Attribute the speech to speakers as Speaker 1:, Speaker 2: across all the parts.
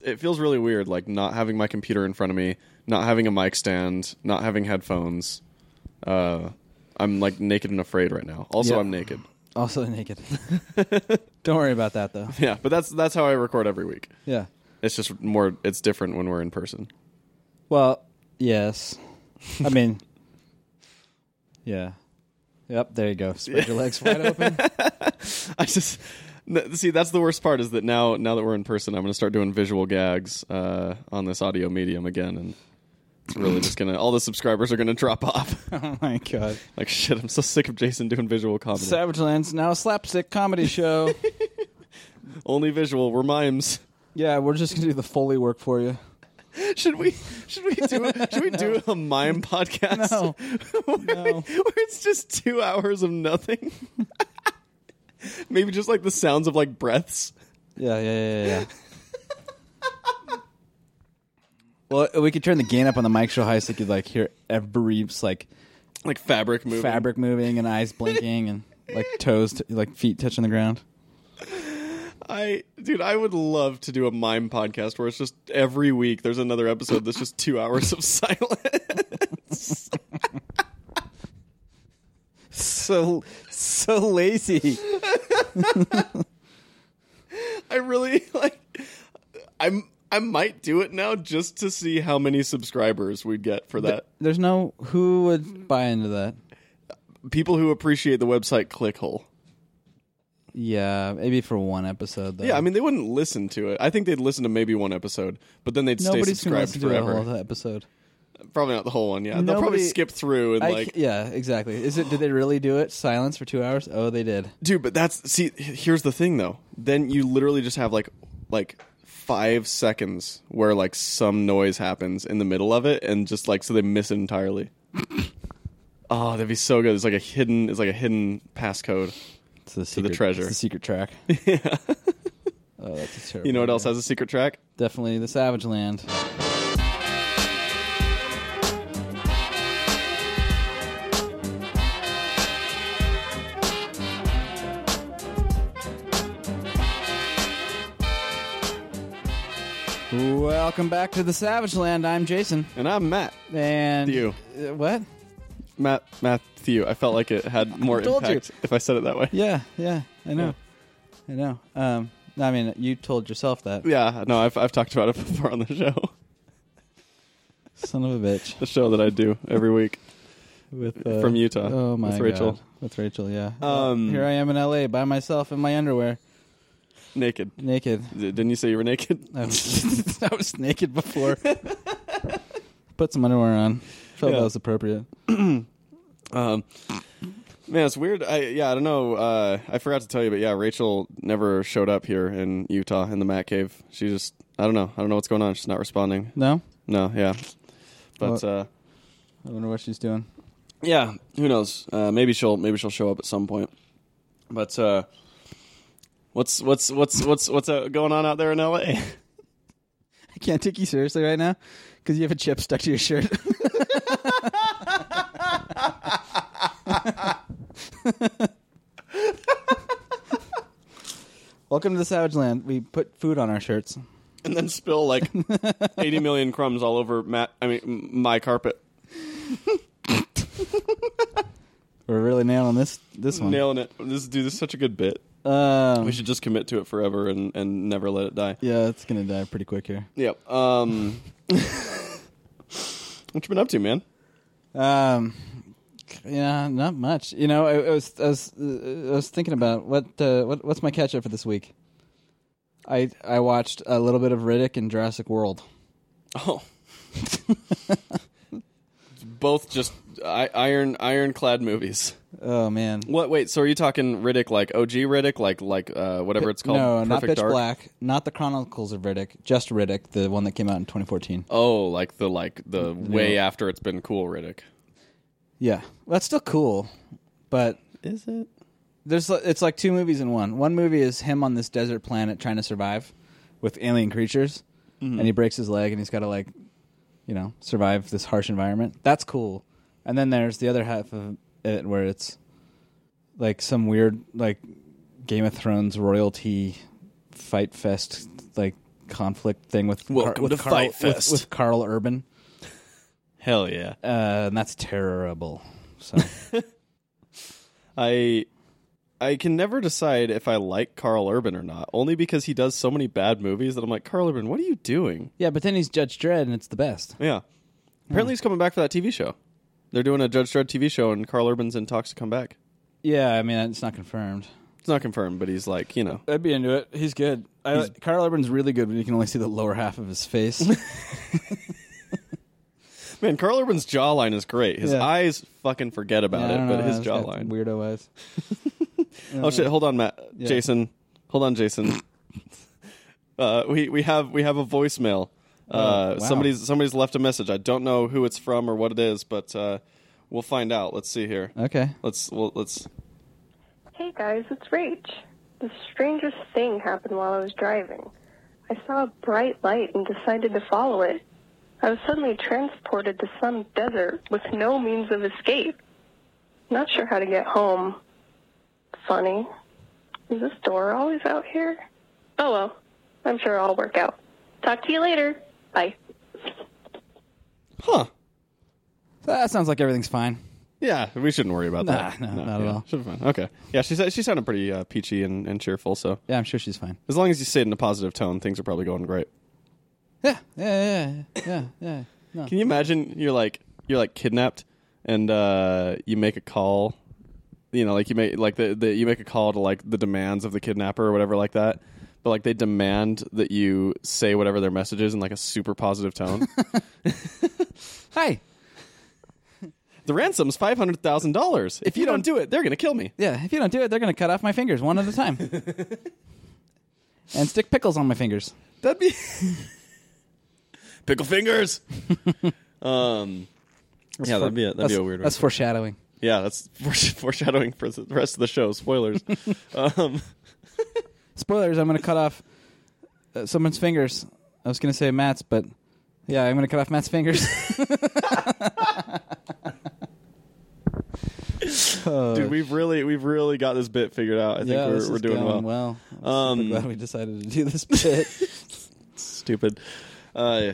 Speaker 1: it feels really weird, like not having my computer in front of me, not having a mic stand, not having headphones. Uh, I'm like naked and afraid right now. Also,
Speaker 2: Yeah.
Speaker 1: I'm naked.
Speaker 2: Also naked. Don't worry about that though.
Speaker 1: Yeah, but that's that's how I record every week.
Speaker 2: Yeah.
Speaker 1: It's just more. It's different when we're in person.
Speaker 2: Well, yes. I mean, yeah. Yep. There you go. Spread your legs wide open.
Speaker 1: I just n- see that's the worst part is that now now that we're in person, I'm going to start doing visual gags uh, on this audio medium again, and it's really just gonna all the subscribers are gonna drop off.
Speaker 2: oh my god.
Speaker 1: like shit, I'm so sick of Jason doing visual comedy.
Speaker 2: Savage Lands now a slapstick comedy show.
Speaker 1: Only visual. We're mimes.
Speaker 2: yeah, we're just gonna do the foley work for you.
Speaker 1: Should we should we do should we do a mime podcast?
Speaker 2: No.
Speaker 1: where, we-
Speaker 2: No.
Speaker 1: where it's just two hours of nothing. Maybe just like the sounds of like breaths.
Speaker 2: Yeah, yeah, yeah, yeah. yeah. well, we could turn the gain up on the mic so high so you could like hear every like
Speaker 1: Like fabric moving.
Speaker 2: fabric moving and eyes blinking and like toes, t- like feet touching the ground.
Speaker 1: I dude, I would love to do a mime podcast where it's just every week there's another episode that's just two hours of silence.
Speaker 2: So so lazy.
Speaker 1: I really like I'm I might do it now just to see how many subscribers we'd get for that.
Speaker 2: There's no who would buy into that.
Speaker 1: People who appreciate the website Clickhole.
Speaker 2: Yeah, maybe for one episode though.
Speaker 1: Yeah, I mean they wouldn't listen to it. I think they'd listen to maybe one episode, but then they'd
Speaker 2: nobody's
Speaker 1: stay subscribed
Speaker 2: gonna listen to the
Speaker 1: forever.
Speaker 2: whole episode.
Speaker 1: Probably not the whole one. Yeah, they'll probably
Speaker 2: Nobody-
Speaker 1: skip through and
Speaker 2: I
Speaker 1: like
Speaker 2: c- yeah, exactly. Is it? Did they really do it? Silence for two hours? Oh, they did.
Speaker 1: dude but that's see h- here's the thing though then you literally just have like like five seconds where like some noise happens in the middle of it and just like so they miss it entirely oh that'd be so good it's like a hidden it's like a hidden passcode
Speaker 2: It's the
Speaker 1: the
Speaker 2: secret,
Speaker 1: treasure.
Speaker 2: It's the secret track.
Speaker 1: yeah
Speaker 2: Oh, that's a terrible.
Speaker 1: you know what else
Speaker 2: idea.
Speaker 1: has a secret track
Speaker 2: Definitely the Savage Land. Welcome back to the Savage Land. I'm Jason.
Speaker 1: and i'm matt
Speaker 2: And
Speaker 1: Theo.
Speaker 2: Uh, what?
Speaker 1: matt matthew i felt like it had more
Speaker 2: told you.
Speaker 1: impact if i said it that way
Speaker 2: Yeah, yeah, I know, I know. Um, I mean, you told yourself that,
Speaker 1: yeah no I've, I've talked about it before on the show
Speaker 2: son of a bitch.
Speaker 1: the show that i do every week
Speaker 2: With uh,
Speaker 1: from utah
Speaker 2: Oh my
Speaker 1: with rachel
Speaker 2: God. With Rachel, yeah.
Speaker 1: Um,
Speaker 2: Here I am in LA by myself in my underwear,
Speaker 1: naked
Speaker 2: naked.
Speaker 1: D- didn't you say you were naked
Speaker 2: I was, I was naked before. Put some underwear on. Felt
Speaker 1: Yeah.
Speaker 2: that was appropriate.
Speaker 1: Um, man, it's weird. I yeah, I don't know. Uh, I forgot to tell you, but yeah, Rachel never showed up here in Utah in the Matt Cave. She just I don't know. I don't know what's going on. She's not responding.
Speaker 2: No,
Speaker 1: No, yeah, but
Speaker 2: Well-
Speaker 1: uh,
Speaker 2: I wonder what she's doing.
Speaker 1: yeah, who knows? Uh, maybe she'll maybe she'll show up at some point. But uh, what's what's what's what's what's uh, going on out there in LA?
Speaker 2: I can't take you seriously right now because you have a chip stuck to your shirt. Welcome to the Savage Land. We put food on our shirts.
Speaker 1: and then spill like eighty million crumbs all over Matt. I mean m- my carpet.
Speaker 2: We're really nailing this this one.
Speaker 1: Nailing it. This dude, this is such a good bit.
Speaker 2: Um,
Speaker 1: We should just commit to it forever and, and never let it die.
Speaker 2: yeah, it's gonna die pretty quick here.
Speaker 1: Yep. Um, what you been up to, man?
Speaker 2: Um, yeah, not much. You know, I, I was I was uh, I was thinking about what uh, what what's my catch up for this week. I I watched a little bit of Riddick and Jurassic World.
Speaker 1: Oh, both just I, iron ironclad movies.
Speaker 2: Oh man,
Speaker 1: What? Wait. So are you talking Riddick, like OG Riddick, like like uh, whatever it's called?
Speaker 2: No, not
Speaker 1: Perfect
Speaker 2: Pitch
Speaker 1: Dark?
Speaker 2: Black, not the Chronicles of Riddick, just Riddick, the one that came out in 2014.
Speaker 1: Oh, like the like the way after it's been cool Riddick.
Speaker 2: Yeah, well, that's still cool, but
Speaker 1: Is it?
Speaker 2: there's li- it's like two movies in one. One movie is him on this desert planet trying to survive with alien creatures, and he breaks his leg and he's got to like, you know, survive this harsh environment. That's cool. And then there's the other half of it where it's like some weird like Game of Thrones royalty fight fest like conflict thing with
Speaker 1: Welcome
Speaker 2: with
Speaker 1: to Fight
Speaker 2: with-
Speaker 1: Fest.
Speaker 2: with Carl Urban.
Speaker 1: Hell yeah.
Speaker 2: Uh, and that's terrible. So
Speaker 1: I I can never decide if I like Carl Urban or not, only because he does so many bad movies that I'm like, Carl Urban, what are you doing?
Speaker 2: yeah, but then he's Judge Dredd, and it's the best.
Speaker 1: Yeah. Apparently he's coming back for that TV show. They're doing a Judge Dredd TV show and Carl Urban's in talks to come back.
Speaker 2: Yeah, I mean it's not confirmed.
Speaker 1: It's not confirmed, but he's like, you know.
Speaker 2: I'd be into it. He's good. I, Carl Urban's really good, but you can only see the lower half of his face.
Speaker 1: Man, Carl Urban's jawline is great. His
Speaker 2: Yeah.
Speaker 1: eyes fucking forget about
Speaker 2: Yeah, I
Speaker 1: it,
Speaker 2: don't
Speaker 1: but
Speaker 2: know,
Speaker 1: his
Speaker 2: it's got
Speaker 1: jawline.
Speaker 2: weirdo eyes.
Speaker 1: Oh
Speaker 2: Um,
Speaker 1: shit! Hold on, Matt. Jason, hold on, Jason. uh, we we have we have a voicemail. Uh,
Speaker 2: Oh, wow.
Speaker 1: Somebody's somebody's left a message. I don't know who it's from or what it is, but uh, we'll find out. Let's see here.
Speaker 2: Okay.
Speaker 1: Let's well, let's.
Speaker 3: Hey guys, it's Rach. The strangest thing happened while I was driving. I saw a bright light and decided to follow it. I was suddenly transported to some desert with no means of escape. Not sure how to get home. Funny. Is this door always out here? Oh well, I'm sure it'll all work out. Talk to you later. Bye.
Speaker 1: Huh?
Speaker 2: That sounds like everything's fine.
Speaker 1: Yeah, we shouldn't worry about
Speaker 2: Nah,
Speaker 1: that.
Speaker 2: no, not at
Speaker 1: yeah,
Speaker 2: all.
Speaker 1: Should be fine. Okay. Yeah, she sa- she sounded pretty uh, peachy and, and cheerful. So
Speaker 2: Yeah, I'm sure she's fine.
Speaker 1: as long as you say it in a positive tone, things are probably going great.
Speaker 2: Yeah, yeah, yeah, yeah, yeah. No.
Speaker 1: Can you imagine you're like you're like kidnapped and uh you make a call you know like you make like the, the you make a call to like the demands of the kidnapper or whatever like that but like they demand that you say whatever their message is in like a super positive tone
Speaker 2: Hi.
Speaker 1: the ransom's $500,000 if you don't do it they're going to kill me
Speaker 2: Yeah, if you don't do it, they're gonna cut off my fingers one at a time, and stick pickles on my fingers.
Speaker 1: that'd be pickle fingers um yeah, that'd be a, that'd be
Speaker 2: That's-
Speaker 1: a weird one.
Speaker 2: That's foreshadowing.
Speaker 1: Yeah, that's foreshadowing for the rest of the show. Spoilers. um,
Speaker 2: Spoilers: I'm gonna cut off uh, someone's fingers. I was gonna say Matt's, but yeah, I'm gonna cut off Matt's fingers.
Speaker 1: Dude, we've really we've really got this bit figured out. I think
Speaker 2: Oh, Uh, yeah, this
Speaker 1: we're, we're
Speaker 2: is
Speaker 1: doing well.
Speaker 2: going well. I'm
Speaker 1: Um,
Speaker 2: super glad we decided to do this bit.
Speaker 1: Stupid. Uh,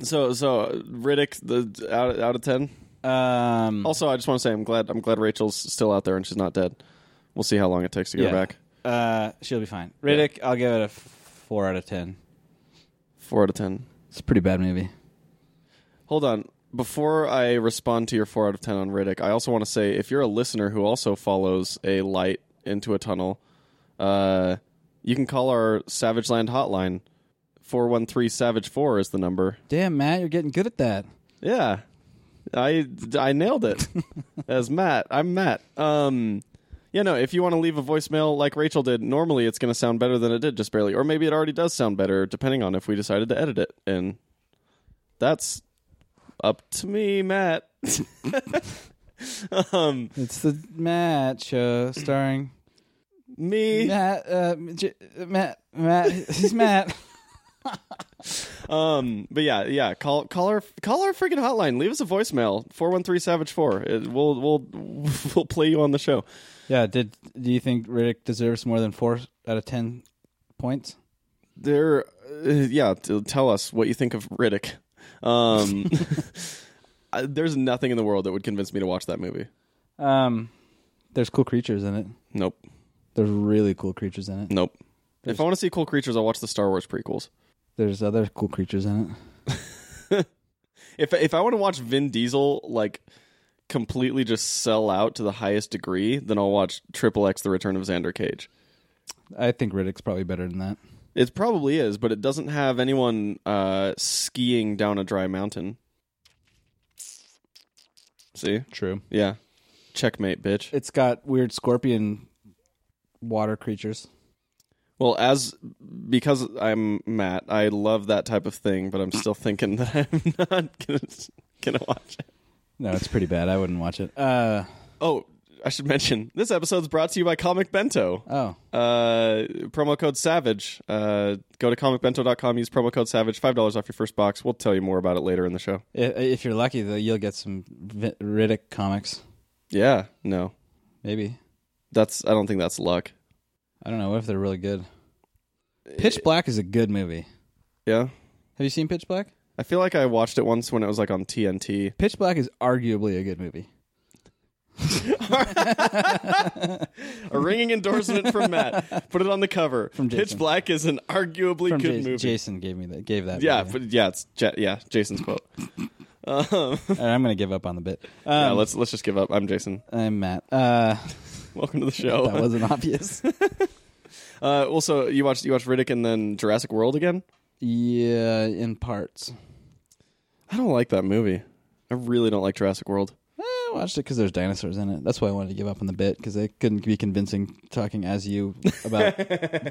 Speaker 1: so so Riddick the out out of ten.
Speaker 2: um,
Speaker 1: Also, I just want to say I'm glad I'm glad Rachel's still out there and she's not dead. We'll see how long it takes to get her
Speaker 2: yeah.
Speaker 1: back.
Speaker 2: Uh, she'll be fine. Riddick, I'll give it a f- four out of ten.
Speaker 1: Four out of ten.
Speaker 2: It's a pretty bad movie.
Speaker 1: Hold on. Before I respond to your four out of ten on Riddick, I also want to say if you're a listener who also follows a light into a tunnel, uh, you can call our Savage Land hotline. Four one three Savage Four is the number.
Speaker 2: Damn, Matt, you're getting good at that.
Speaker 1: Yeah. I I nailed it. As Matt, I'm Matt. Um yeah, no, if you want to leave a voicemail like Rachel did, normally it's going to sound better than it did just barely or maybe it already does sound better depending on if we decided to edit it and that's up to me, Matt. um
Speaker 2: It's the Matt show starring
Speaker 1: me
Speaker 2: Matt. Uh, J- Matt. Matt. He's Matt.
Speaker 1: Um, but yeah, yeah. Call call our call our freaking hotline. Leave us a voicemail four one three savage four. We'll we'll we'll play you on the show.
Speaker 2: yeah. Did do you think Riddick deserves more than four out of ten points?
Speaker 1: there uh, yeah t- tell us what you think of riddick um I- there's nothing in the world that would convince me to watch that movie
Speaker 2: Um, there's cool creatures in it.
Speaker 1: nope
Speaker 2: There's really cool creatures in it.
Speaker 1: nope if i want to see cool creatures i'll watch the star wars prequels
Speaker 2: There's other cool creatures in it.
Speaker 1: if if i want to watch vin diesel like completely just sell out to the highest degree then i'll watch triple x the return of xander cage
Speaker 2: I think Riddick's probably better than that.
Speaker 1: it probably is but it doesn't have anyone uh skiing down a dry mountain see
Speaker 2: True.
Speaker 1: yeah checkmate bitch
Speaker 2: It's got weird scorpion water creatures.
Speaker 1: Well, as because I'm Matt, I love that type of thing, but I'm still thinking that I'm not gonna gonna watch it.
Speaker 2: No, it's pretty bad. I wouldn't watch it. Uh
Speaker 1: Oh, I should mention this episode's brought to you by Comic Bento.
Speaker 2: oh.
Speaker 1: Uh, promo code Savage. Uh, go to comicbento.com. Use promo code Savage. Five dollars off your first box. We'll tell you more about it later in the show.
Speaker 2: I- If you're lucky, though, you'll get some Vi- Riddick comics.
Speaker 1: Yeah, no,
Speaker 2: Maybe
Speaker 1: that's I don't think that's luck.
Speaker 2: I don't know. What if they're really good? Pitch Black is a good movie.
Speaker 1: Yeah.
Speaker 2: Have you seen Pitch Black?
Speaker 1: I feel like I watched it once when it was like on TNT.
Speaker 2: Pitch Black is arguably a good movie.
Speaker 1: A ringing endorsement from Matt. Put it on the cover.
Speaker 2: From
Speaker 1: Pitch
Speaker 2: Jason.
Speaker 1: Black is an arguably
Speaker 2: From
Speaker 1: good
Speaker 2: Jas-
Speaker 1: movie.
Speaker 2: Jason gave me that. Gave that.
Speaker 1: yeah,
Speaker 2: movie.
Speaker 1: but yeah, it's ja- yeah, Jason's quote.
Speaker 2: All right, I'm gonna give up on the bit. Um,
Speaker 1: yeah, let's let's just give up. I'm Jason.
Speaker 2: I'm Matt. Uh,
Speaker 1: Welcome to the
Speaker 2: that
Speaker 1: show.
Speaker 2: wasn't obvious.
Speaker 1: Uh, also, you watched you watched Riddick and then Jurassic World again.
Speaker 2: yeah, in parts.
Speaker 1: I don't like that movie. I really don't like Jurassic World.
Speaker 2: Eh, I watched it because there's dinosaurs in it. That's why I wanted to give up on the bit because I couldn't be convincing talking as you about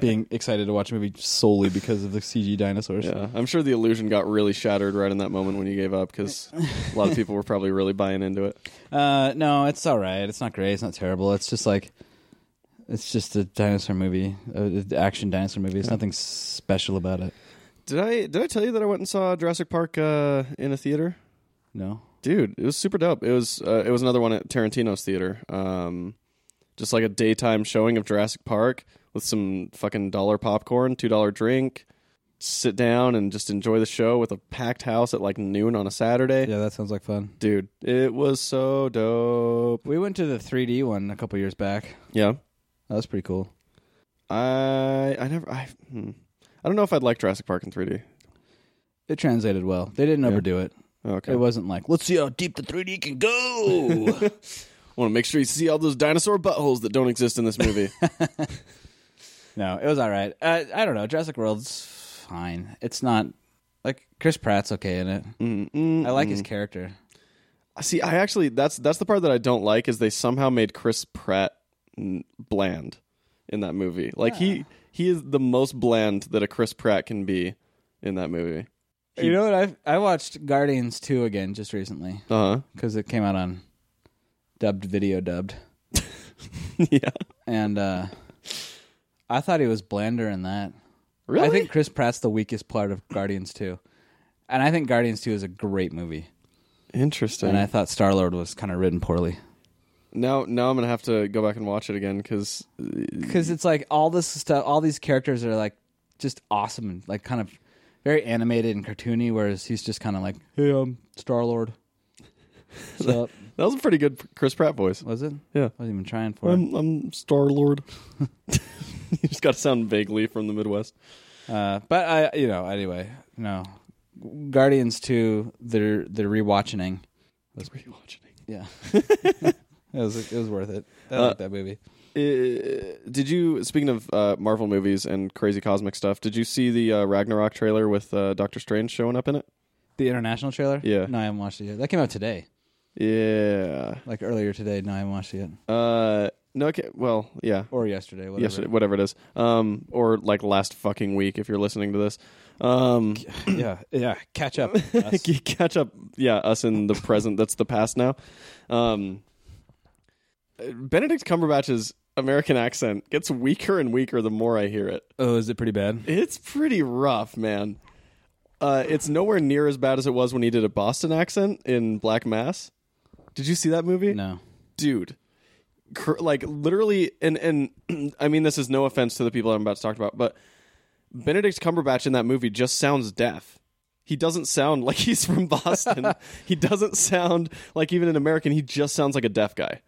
Speaker 2: being excited to watch a movie solely because of the CG dinosaurs.
Speaker 1: Yeah, I'm sure the illusion got really shattered right in that moment when you gave up because a lot of people were probably really buying into it.
Speaker 2: Uh, no, it's all right. It's not great. It's not terrible. It's just like it's just a dinosaur movie, uh, action dinosaur movie. There's nothing special about it.
Speaker 1: Did I did I tell you that I went and saw Jurassic Park uh, in a theater?
Speaker 2: No.
Speaker 1: Dude, it was super dope. It was uh, it was another one at Tarantino's theater. Um, just like a daytime showing of Jurassic Park with some fucking dollar popcorn, two dollar drink. Sit down and just enjoy the show with a packed house at like noon on a Saturday.
Speaker 2: Yeah, that sounds like fun.
Speaker 1: Dude, it was so dope.
Speaker 2: We went to the 3D one a couple years back.
Speaker 1: Yeah.
Speaker 2: That was pretty cool.
Speaker 1: I I never I hmm. I don't know if I'd like Jurassic Park in 3D.
Speaker 2: It translated well. They didn't overdo it.
Speaker 1: Okay.
Speaker 2: It wasn't like let's see how deep the 3D can go.
Speaker 1: want to make sure you see all those dinosaur buttholes that don't exist in this movie.
Speaker 2: No, it was all right. Uh, I don't know. Jurassic World's fine. It's not like Chris Pratt's okay in it. I like his character.
Speaker 1: See, I actually that's that's the part that I don't like is they somehow made Chris Pratt n- bland in that movie. Like he he is the most bland that a Chris Pratt can be in that movie.
Speaker 2: you know what? I I watched Guardians Two again just recently
Speaker 1: Uh
Speaker 2: because it came out on dubbed video dubbed,
Speaker 1: huh. yeah.
Speaker 2: and uh, I thought he was blander in that.
Speaker 1: Really?
Speaker 2: I think Chris Pratt's the weakest part of Guardians Two, and I think Guardians Two is a great movie.
Speaker 1: Interesting.
Speaker 2: And I thought Star Lord was kind of written poorly.
Speaker 1: now now I'm gonna have to go back and watch it again uh, because
Speaker 2: because it's like all this stuff all these characters are like just awesome and like kind of very animated and cartoony whereas he's just kind of like hey um star lord what's up
Speaker 1: that was a pretty good Chris Pratt voice.
Speaker 2: was it
Speaker 1: Yeah. Um,
Speaker 2: i wasn't even trying for
Speaker 1: I'm I'm Star Lord. you just got to sound vaguely from the Midwest.
Speaker 2: it uh but i you know anyway no guardians 2 they're they're rewatching
Speaker 1: That's where you watching.
Speaker 2: yeah it was it was worth it i like that movie
Speaker 1: Uh, did you speaking of uh, Marvel movies and crazy cosmic stuff? Did you see the uh, Ragnarok trailer with uh, Doctor Strange showing up in it?
Speaker 2: the international trailer
Speaker 1: Yeah.
Speaker 2: no i haven't watched it yet that came out today
Speaker 1: Yeah.
Speaker 2: like earlier today no i haven't watched it yet
Speaker 1: Uh, no. Okay. Well, yeah.
Speaker 2: or yesterday whatever
Speaker 1: Yes. Whatever it is. Um, or like last fucking week, if you're listening to this. Um,
Speaker 2: yeah yeah catch up us.
Speaker 1: catch up. Yeah, us in the present. That's the past now. Um, Benedict Cumberbatch's American accent gets weaker and weaker the more I hear it.
Speaker 2: oh is it pretty bad
Speaker 1: It's pretty rough, man. Uh, it's nowhere near as bad as it was when he did a Boston accent in Black Mass. Did you see that movie?
Speaker 2: No.
Speaker 1: Dude. Cr- like literally and and I mean this is no offense to the people I'm about to talk about, but Benedict Cumberbatch in that movie just sounds deaf. He doesn't sound like he's from Boston. he doesn't sound like even an American. He just sounds like a deaf guy.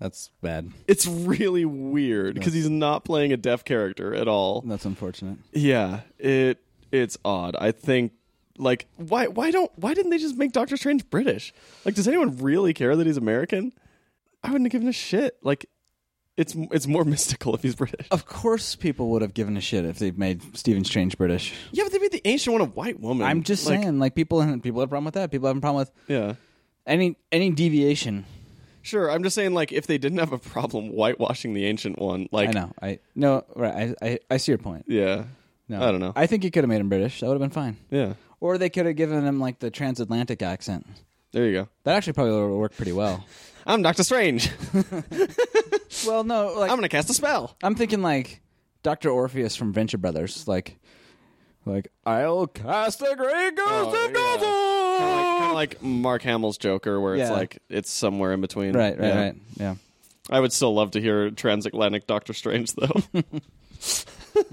Speaker 2: That's bad.
Speaker 1: It's really weird because he's not playing a deaf character at all.
Speaker 2: That's unfortunate.
Speaker 1: Yeah, it it's odd. I think like why why don't why didn't they just make Doctor Strange British? Like does anyone really care that he's American? I wouldn't have given a shit. Like it's it's more mystical if he's British.
Speaker 2: Of course, people would have given a shit if they made Stephen Strange British.
Speaker 1: Yeah, but they made the ancient one a white woman.
Speaker 2: I'm just
Speaker 1: Like,
Speaker 2: saying, like people, people have a problem with that. People have a problem with
Speaker 1: Yeah.
Speaker 2: any any deviation.
Speaker 1: Sure, I'm just saying like if they didn't have a problem whitewashing the ancient one,
Speaker 2: I
Speaker 1: like
Speaker 2: know. I no. Right. I I, I see your point.
Speaker 1: Yeah.
Speaker 2: No,
Speaker 1: I don't know.
Speaker 2: I think you could have made him British. That would have been fine.
Speaker 1: yeah.
Speaker 2: Or they could have given him like the transatlantic accent.
Speaker 1: There you go.
Speaker 2: That actually probably would work pretty well.
Speaker 1: I'm Doctor Strange.
Speaker 2: well, no, like
Speaker 1: I'm gonna cast a spell.
Speaker 2: I'm thinking like Doctor Orpheus from Venture Brothers, like like I'll cast a great ghost
Speaker 1: Oh,
Speaker 2: and go
Speaker 1: Kinda like, kinda like Mark Hamill's Joker, where it's
Speaker 2: Yeah.
Speaker 1: like it's somewhere in between.
Speaker 2: Right, right,
Speaker 1: Yeah.
Speaker 2: right. Yeah.
Speaker 1: I would still love to hear transatlantic Doctor Strange, though.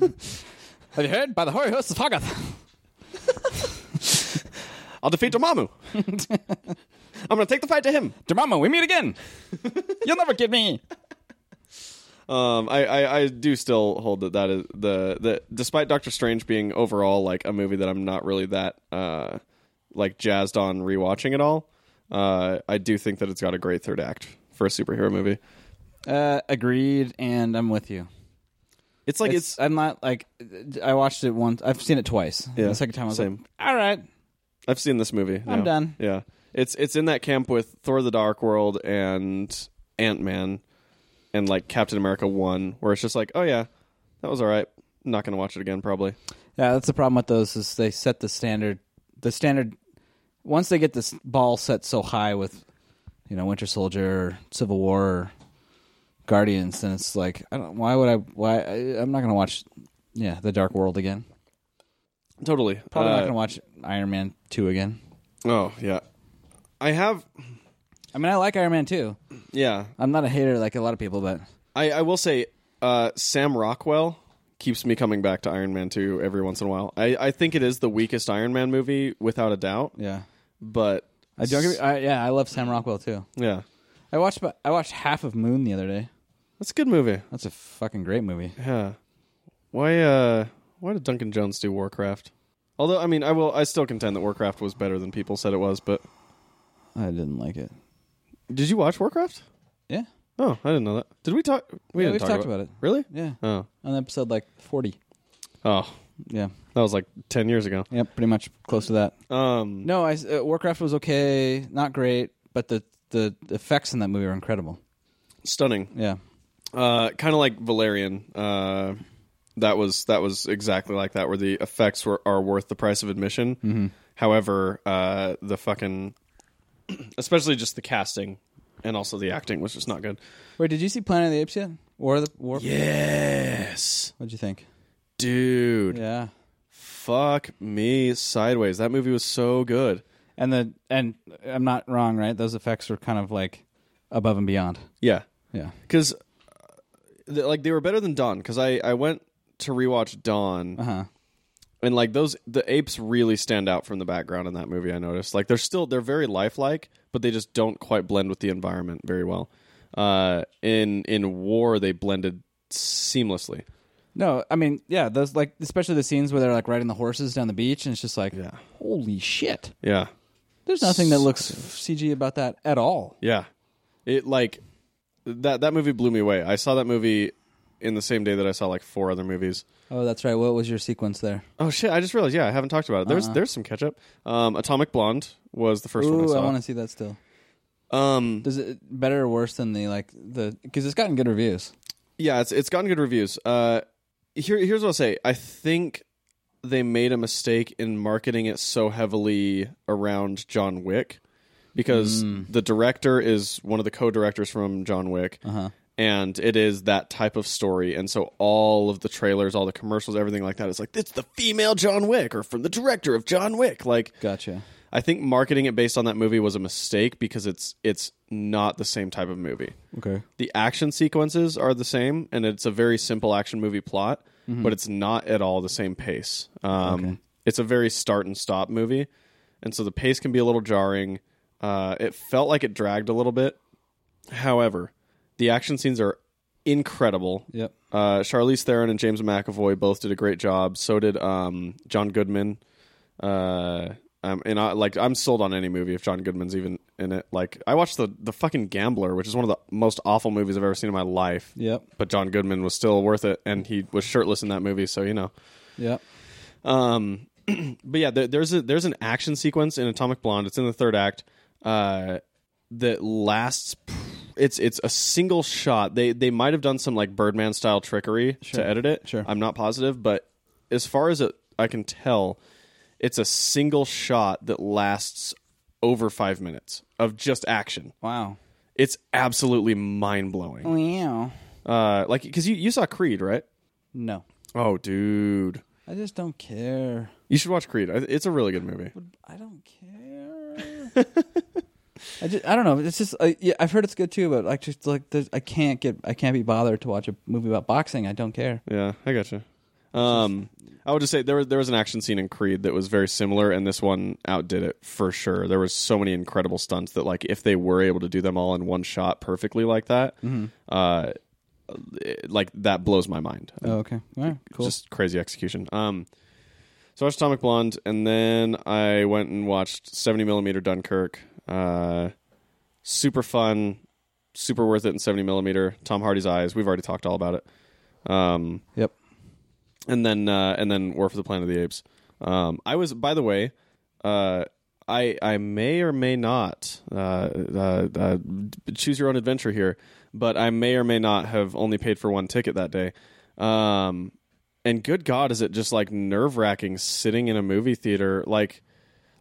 Speaker 2: Have you heard? By the hoary horse of Hogarth.
Speaker 1: I'll defeat Dormammu. I'm gonna take the fight to him.
Speaker 2: Dormammu, we meet again. You'll never get me.
Speaker 1: Um, I, I, I do still hold that that is the the despite Doctor Strange being overall like a movie that I'm not really that uh like jazzed on rewatching at all. Uh, I do think that it's got a great third act for a superhero movie.
Speaker 2: Uh, agreed, and I'm with you.
Speaker 1: It's like
Speaker 2: It's,
Speaker 1: it's,
Speaker 2: I'm not like I watched it once. I've seen it twice.
Speaker 1: Yeah,
Speaker 2: the second time I was
Speaker 1: same.
Speaker 2: like, all right,
Speaker 1: I've seen this movie.
Speaker 2: I'm
Speaker 1: now.
Speaker 2: done.
Speaker 1: Yeah, it's it's in that camp with Thor: The Dark World and Ant Man, and like Captain America One, where it's just like, oh yeah, that was all right. not gonna watch it again probably.
Speaker 2: Yeah, that's the problem with those is they set the standard. The standard once they get this ball set so high with, you know, Winter Soldier, or Civil War, or Guardians, then it's like I don't. Why would I? Why I, I'm not going to watch? Yeah, The Dark World again.
Speaker 1: Totally. Uh,
Speaker 2: Probably not going to watch Iron Man two again.
Speaker 1: Oh yeah, I have.
Speaker 2: I mean, I like Iron Man two.
Speaker 1: Yeah,
Speaker 2: I'm not a hater like a lot of people, but
Speaker 1: I, I will say, uh, Sam Rockwell keeps me coming back to Iron Man 2 every once in a while. I, I think it is the weakest Iron Man movie without a doubt,
Speaker 2: yeah,
Speaker 1: but
Speaker 2: I don't. give- I, yeah, I love Sam Rockwell too.
Speaker 1: yeah,
Speaker 2: I watched. about- I watched half of Moon the other day.
Speaker 1: that's a good movie.
Speaker 2: That's a fucking great movie.
Speaker 1: Yeah. Why uh why did Duncan Jones do Warcraft? Although I mean I will I still contend that Warcraft was better than people said it was, but
Speaker 2: I didn't like it.
Speaker 1: did you watch Warcraft?
Speaker 2: Yeah,
Speaker 1: Oh, I didn't know that. Did we talk we
Speaker 2: Yeah,
Speaker 1: didn't
Speaker 2: we've
Speaker 1: talk
Speaker 2: talked about it.
Speaker 1: Really?
Speaker 2: yeah.
Speaker 1: Oh.
Speaker 2: on episode like 40.
Speaker 1: Oh.
Speaker 2: Yeah.
Speaker 1: That was like 10 years ago.
Speaker 2: Yep, pretty much close to that.
Speaker 1: Um
Speaker 2: No, I s- uh, Warcraft was okay, not great, but the the effects in that movie were incredible.
Speaker 1: stunning.
Speaker 2: Yeah.
Speaker 1: Uh kind of like Valerian. Uh that was that was exactly like that where the effects were are worth the price of admission.
Speaker 2: Mm-hmm.
Speaker 1: However, uh the fucking especially just the casting and also the acting was just not good.
Speaker 2: Wait, did you see Planet of the Apes yet? War of the War?
Speaker 1: Yes.
Speaker 2: What'd you think?
Speaker 1: dude
Speaker 2: Yeah.
Speaker 1: fuck me sideways that movie was so good
Speaker 2: And the and uh, I'm not wrong, right? Those effects were kind of like above and beyond.
Speaker 1: yeah
Speaker 2: Yeah.
Speaker 1: because like they were better than dawn because I, I went to rewatch dawn
Speaker 2: Uh-huh.
Speaker 1: and like those the apes really stand out from the background in that movie i noticed like they're still they're very lifelike but they just don't quite blend with the environment very well uh in in war they blended seamlessly
Speaker 2: No, I mean, yeah, those like especially the scenes where they're like riding the horses down the beach and it's just like
Speaker 1: Yeah.
Speaker 2: holy shit.
Speaker 1: yeah
Speaker 2: There's nothing that looks CG about that at all.
Speaker 1: Yeah. It like that that movie blew me away. I saw that movie in the same day that I saw like four other movies.
Speaker 2: Oh, that's right. What was your sequence there?
Speaker 1: Oh shit, I just realized yeah, I haven't talked about it. There's there's some catch up. Um Atomic Blonde was the first one I
Speaker 2: Ooh, I
Speaker 1: saw.
Speaker 2: want to see that still.
Speaker 1: um
Speaker 2: Does it better or worse than the like the because it's gotten good reviews.
Speaker 1: yeah, it's it's gotten good reviews. Uh here here's what I'll say. I think they made a mistake in marketing it so heavily around John Wick because the director is one of the co-directors from John Wick.
Speaker 2: Uh-huh.
Speaker 1: and it is that type of story and so all of the trailers all the commercials everything like that it's like it's the female john wick or from the director of john wick like
Speaker 2: Gotcha.
Speaker 1: i think marketing it based on that movie was a mistake because it's it's not the same type of movie
Speaker 2: Okay.
Speaker 1: the action sequences are the same and it's a very simple action movie plot but it's not at all the same pace um, it's a very start and stop movie and so the pace can be a little jarring uh, it felt like it dragged a little bit however the action scenes are incredible
Speaker 2: Yep.
Speaker 1: uh, Charlize Theron and James McAvoy both did a great job. So did um, John Goodman. Uh, um, and I like I'm sold on any movie if John Goodman's even in it. Like I watched the the fucking Gambler, which is one of the most awful movies I've ever seen in my life.
Speaker 2: Yep.
Speaker 1: But John Goodman was still worth it, and he was shirtless in that movie, so you know.
Speaker 2: Yep.
Speaker 1: Um, but yeah, there, there's a there's an action sequence in Atomic Blonde. It's in the third act. Uh, that lasts. It's it's a single shot. They they might have done some like Birdman style trickery
Speaker 2: Sure.
Speaker 1: to edit it.
Speaker 2: Sure.
Speaker 1: I'm not positive, but as far as it, I can tell, it's a single shot that lasts over five minutes of just action.
Speaker 2: Wow.
Speaker 1: It's absolutely mind blowing.
Speaker 2: Wow.
Speaker 1: Uh, like because you you saw Creed, right?
Speaker 2: No,
Speaker 1: Oh, dude.
Speaker 2: I just don't care.
Speaker 1: You should watch Creed. I- It's a really good movie.
Speaker 2: I don't care. I just I don't know. It's just I, yeah, I've heard it's good too, but like just like there's, I can't get I can't be bothered to watch a movie about boxing. I don't care.
Speaker 1: Yeah, I gotcha. Um, I would just say there was there was an action scene in Creed that was very similar, and this one outdid it for sure. There was so many incredible stunts that like if they were able to do them all in one shot perfectly like that, uh, it- like that blows my mind.
Speaker 2: Oh, okay. All right, cool.
Speaker 1: Just crazy execution. Um, so I watched Atomic Blonde, and then I went and watched 70 millimeter Dunkirk. Uh, super fun, super worth it in 70 millimeter. Tom Hardy's eyes. We've already talked all about it. Um,
Speaker 2: yep.
Speaker 1: and then uh, and then War for the Planet of the Apes. Um, I was, by the way, uh, I I may or may not uh, uh, uh, d- choose your own adventure here, but I may or may not have only paid for one ticket that day. Um, and good God, is it just like nerve wracking sitting in a movie theater like.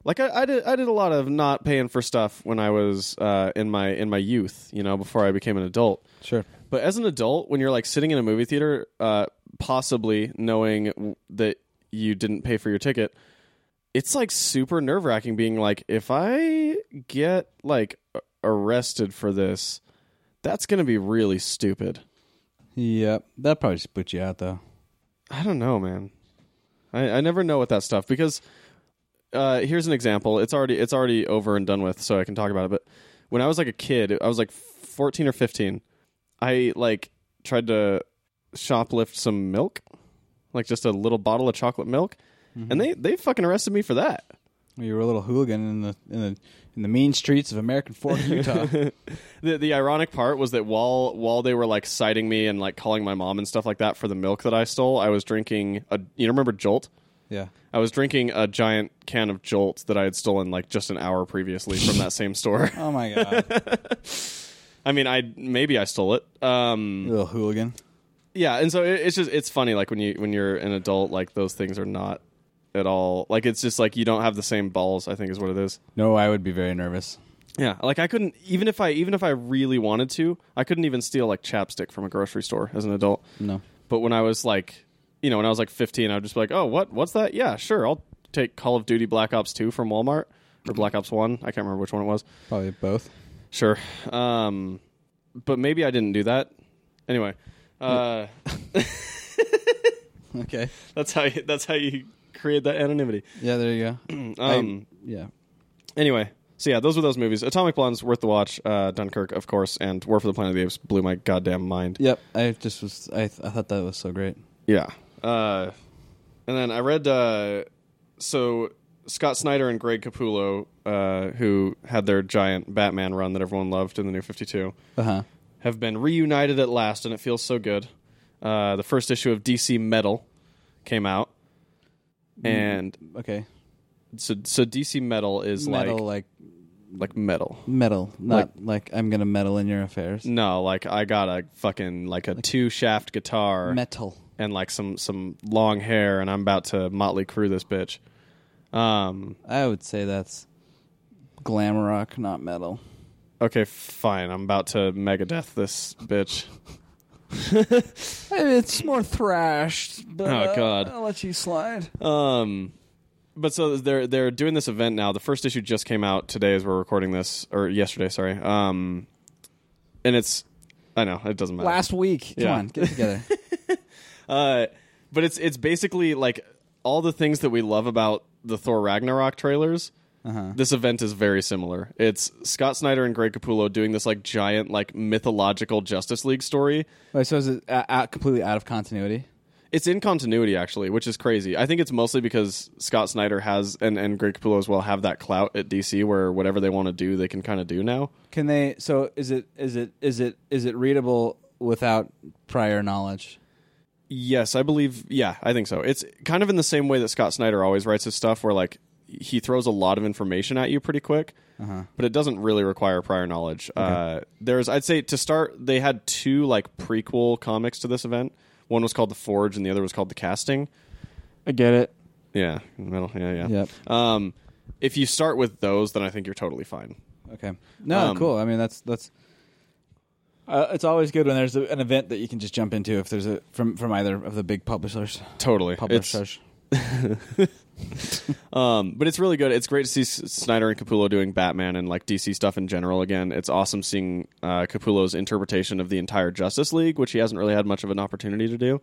Speaker 1: Like I, I did, I did a lot of not paying for stuff when I was uh, in my in my youth, you know, before I became an adult.
Speaker 2: Sure.
Speaker 1: But as an adult, when you're like sitting in a movie theater, uh, possibly knowing w- that you didn't pay for your ticket, it's like super nerve wracking being like, if I get like a- arrested for this, that's going to be really stupid.
Speaker 2: Yep. That probably just put you out though.
Speaker 1: I don't know, man. I, I never know with that stuff because uh, here's an example. It's already it's already over and done with, so I can talk about it. But when I was like a kid, I was like 14 or 15. I like tried to shoplift some milk, like just a little bottle of chocolate milk, and they they fucking arrested me for that.
Speaker 2: You were a little hooligan in the in the in the mean streets of American Fork, Utah.
Speaker 1: The the ironic part was that while while they were like citing me and like calling my mom and stuff like that for the milk that I stole, I was drinking a you remember Jolt?
Speaker 2: yeah.
Speaker 1: I was drinking a giant can of Jolt that I had stolen like just an hour previously from that same store.
Speaker 2: Oh my god. you
Speaker 1: I mean, I maybe I stole it. Um,
Speaker 2: little hooligan.
Speaker 1: yeah, and so it, it's just it's funny like when you when you're an adult, like those things are not at all like it's just like you don't have the same balls. I think is what it is.
Speaker 2: No, I would be very nervous.
Speaker 1: Yeah, like I couldn't even if I even if I really wanted to, I couldn't even steal like chapstick from a grocery store as an adult.
Speaker 2: No.
Speaker 1: But when I was like, you know, when I was like 15, I would just be like, oh, what? What's that? Yeah, sure. I'll take Call of Duty Black Ops 2 from Walmart or Black Ops 1. I can't remember which one it was.
Speaker 2: Probably both.
Speaker 1: Sure. Um, but maybe I didn't do that. Anyway, uh,
Speaker 2: Okay.
Speaker 1: that's how you, that's how you create that anonymity.
Speaker 2: Yeah, there you go.
Speaker 1: Um,
Speaker 2: yeah.
Speaker 1: anyway, so yeah, those were those movies. Atomic Blonde's worth the watch. Uh, Dunkirk, of course, and War for the Planet of the Apes blew my goddamn mind.
Speaker 2: Yep. I just was I th- I thought that was so great.
Speaker 1: Yeah. Uh, and then I read uh, so Scott Snyder and Greg Capullo, uh, who had their giant Batman run that everyone loved in the New Fifty Two,
Speaker 2: Uh-huh.
Speaker 1: have been reunited at last, and it feels so good. Uh, the first issue of DC Metal came out, and
Speaker 2: Okay.
Speaker 1: so so DC Metal is
Speaker 2: metal
Speaker 1: like
Speaker 2: like,
Speaker 1: like metal.
Speaker 2: metal, not like, I'm going to meddle in your affairs.
Speaker 1: No, like I got a fucking like a two shaft guitar.
Speaker 2: metal.
Speaker 1: and like some some long hair, and I'm about to motley crew this bitch. Um,
Speaker 2: I would say that's glam rock, not metal.
Speaker 1: okay, fine. I'm about to Megadeth this bitch.
Speaker 2: I mean, it's more thrashed, but
Speaker 1: Oh, God.
Speaker 2: I'll let you slide.
Speaker 1: Um, but so they're they're doing this event now. The first issue just came out today as we're recording this, or yesterday, sorry. Um, and it's I know it doesn't matter.
Speaker 2: Last week. Come
Speaker 1: Yeah.
Speaker 2: on, get it together.
Speaker 1: Uh, but it's it's basically like all the things that we love about the Thor Ragnarok trailers. This event is very similar. It's Scott Snyder and Greg Capullo doing this like giant like mythological Justice League story.
Speaker 2: Wait, so is it uh, out, completely out of continuity?
Speaker 1: It's in continuity actually, which is crazy. I think it's mostly because Scott Snyder has and and Greg Capullo as well have that clout at DC where whatever they want to do, they can kind of do now.
Speaker 2: Can they? So is it? Is it? Is it? Is it readable without prior knowledge?
Speaker 1: Yes, I believe. Yeah, I think so. It's kind of in the same way that Scott Snyder always writes his stuff, where like he throws a lot of information at you pretty quick, but it doesn't really require prior knowledge. Uh, there's, I'd say, to start, they had two like prequel comics to this event. One was called The Forge, and the other was called The Casting.
Speaker 2: I get it.
Speaker 1: Yeah, metal. Yeah, yeah.
Speaker 2: Yep.
Speaker 1: Um, if you start with those, then I think you're totally fine.
Speaker 2: Okay. No,
Speaker 1: Um,
Speaker 2: cool. I mean, that's that's. Uh, it's always good when there's a, an event that you can just jump into if there's a from from either of the big publishers.
Speaker 1: Totally. It's-
Speaker 2: Publishers.
Speaker 1: Um, but it's really good. It's great to see S- Snyder and Capullo doing Batman and like DC stuff in general again. It's awesome seeing uh, Capullo's interpretation of the entire Justice League, which he hasn't really had much of an opportunity to do.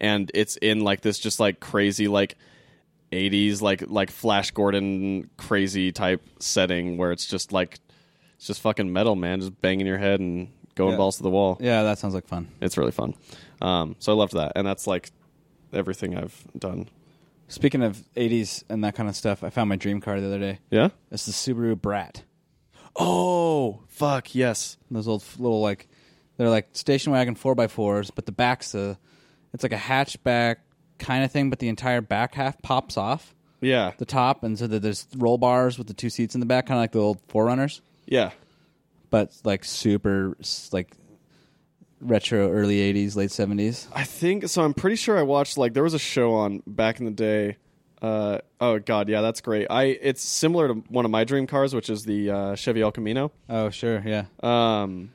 Speaker 1: and it's in like this just like crazy like 80s like like Flash Gordon crazy type setting where it's just like it's just fucking metal, man, just banging your head and going
Speaker 2: Yeah.
Speaker 1: balls to the wall.
Speaker 2: Yeah, that sounds like fun.
Speaker 1: It's really fun. Um, so I loved that, and that's like everything I've done.
Speaker 2: Speaking of 80s and that kind of stuff, I found my dream car the other day.
Speaker 1: Yeah.
Speaker 2: It's the Subaru Brat.
Speaker 1: Oh fuck yes.
Speaker 2: Those old f- little like they're like station wagon 4x4s, but the back's a it's like a hatchback kind of thing, but the entire back half pops off
Speaker 1: Yeah.
Speaker 2: the top and so that there's roll bars with the two seats in the back kind of like the old Forerunners,
Speaker 1: Yeah.
Speaker 2: but like super s- like retro early 80s, late 70s.
Speaker 1: I think so. I'm pretty sure I watched like there was a show on back in the day. Uh, oh god, yeah, that's great. I it's similar to one of my dream cars, which is the uh, Chevy El Camino.
Speaker 2: Oh, sure, yeah.
Speaker 1: Um,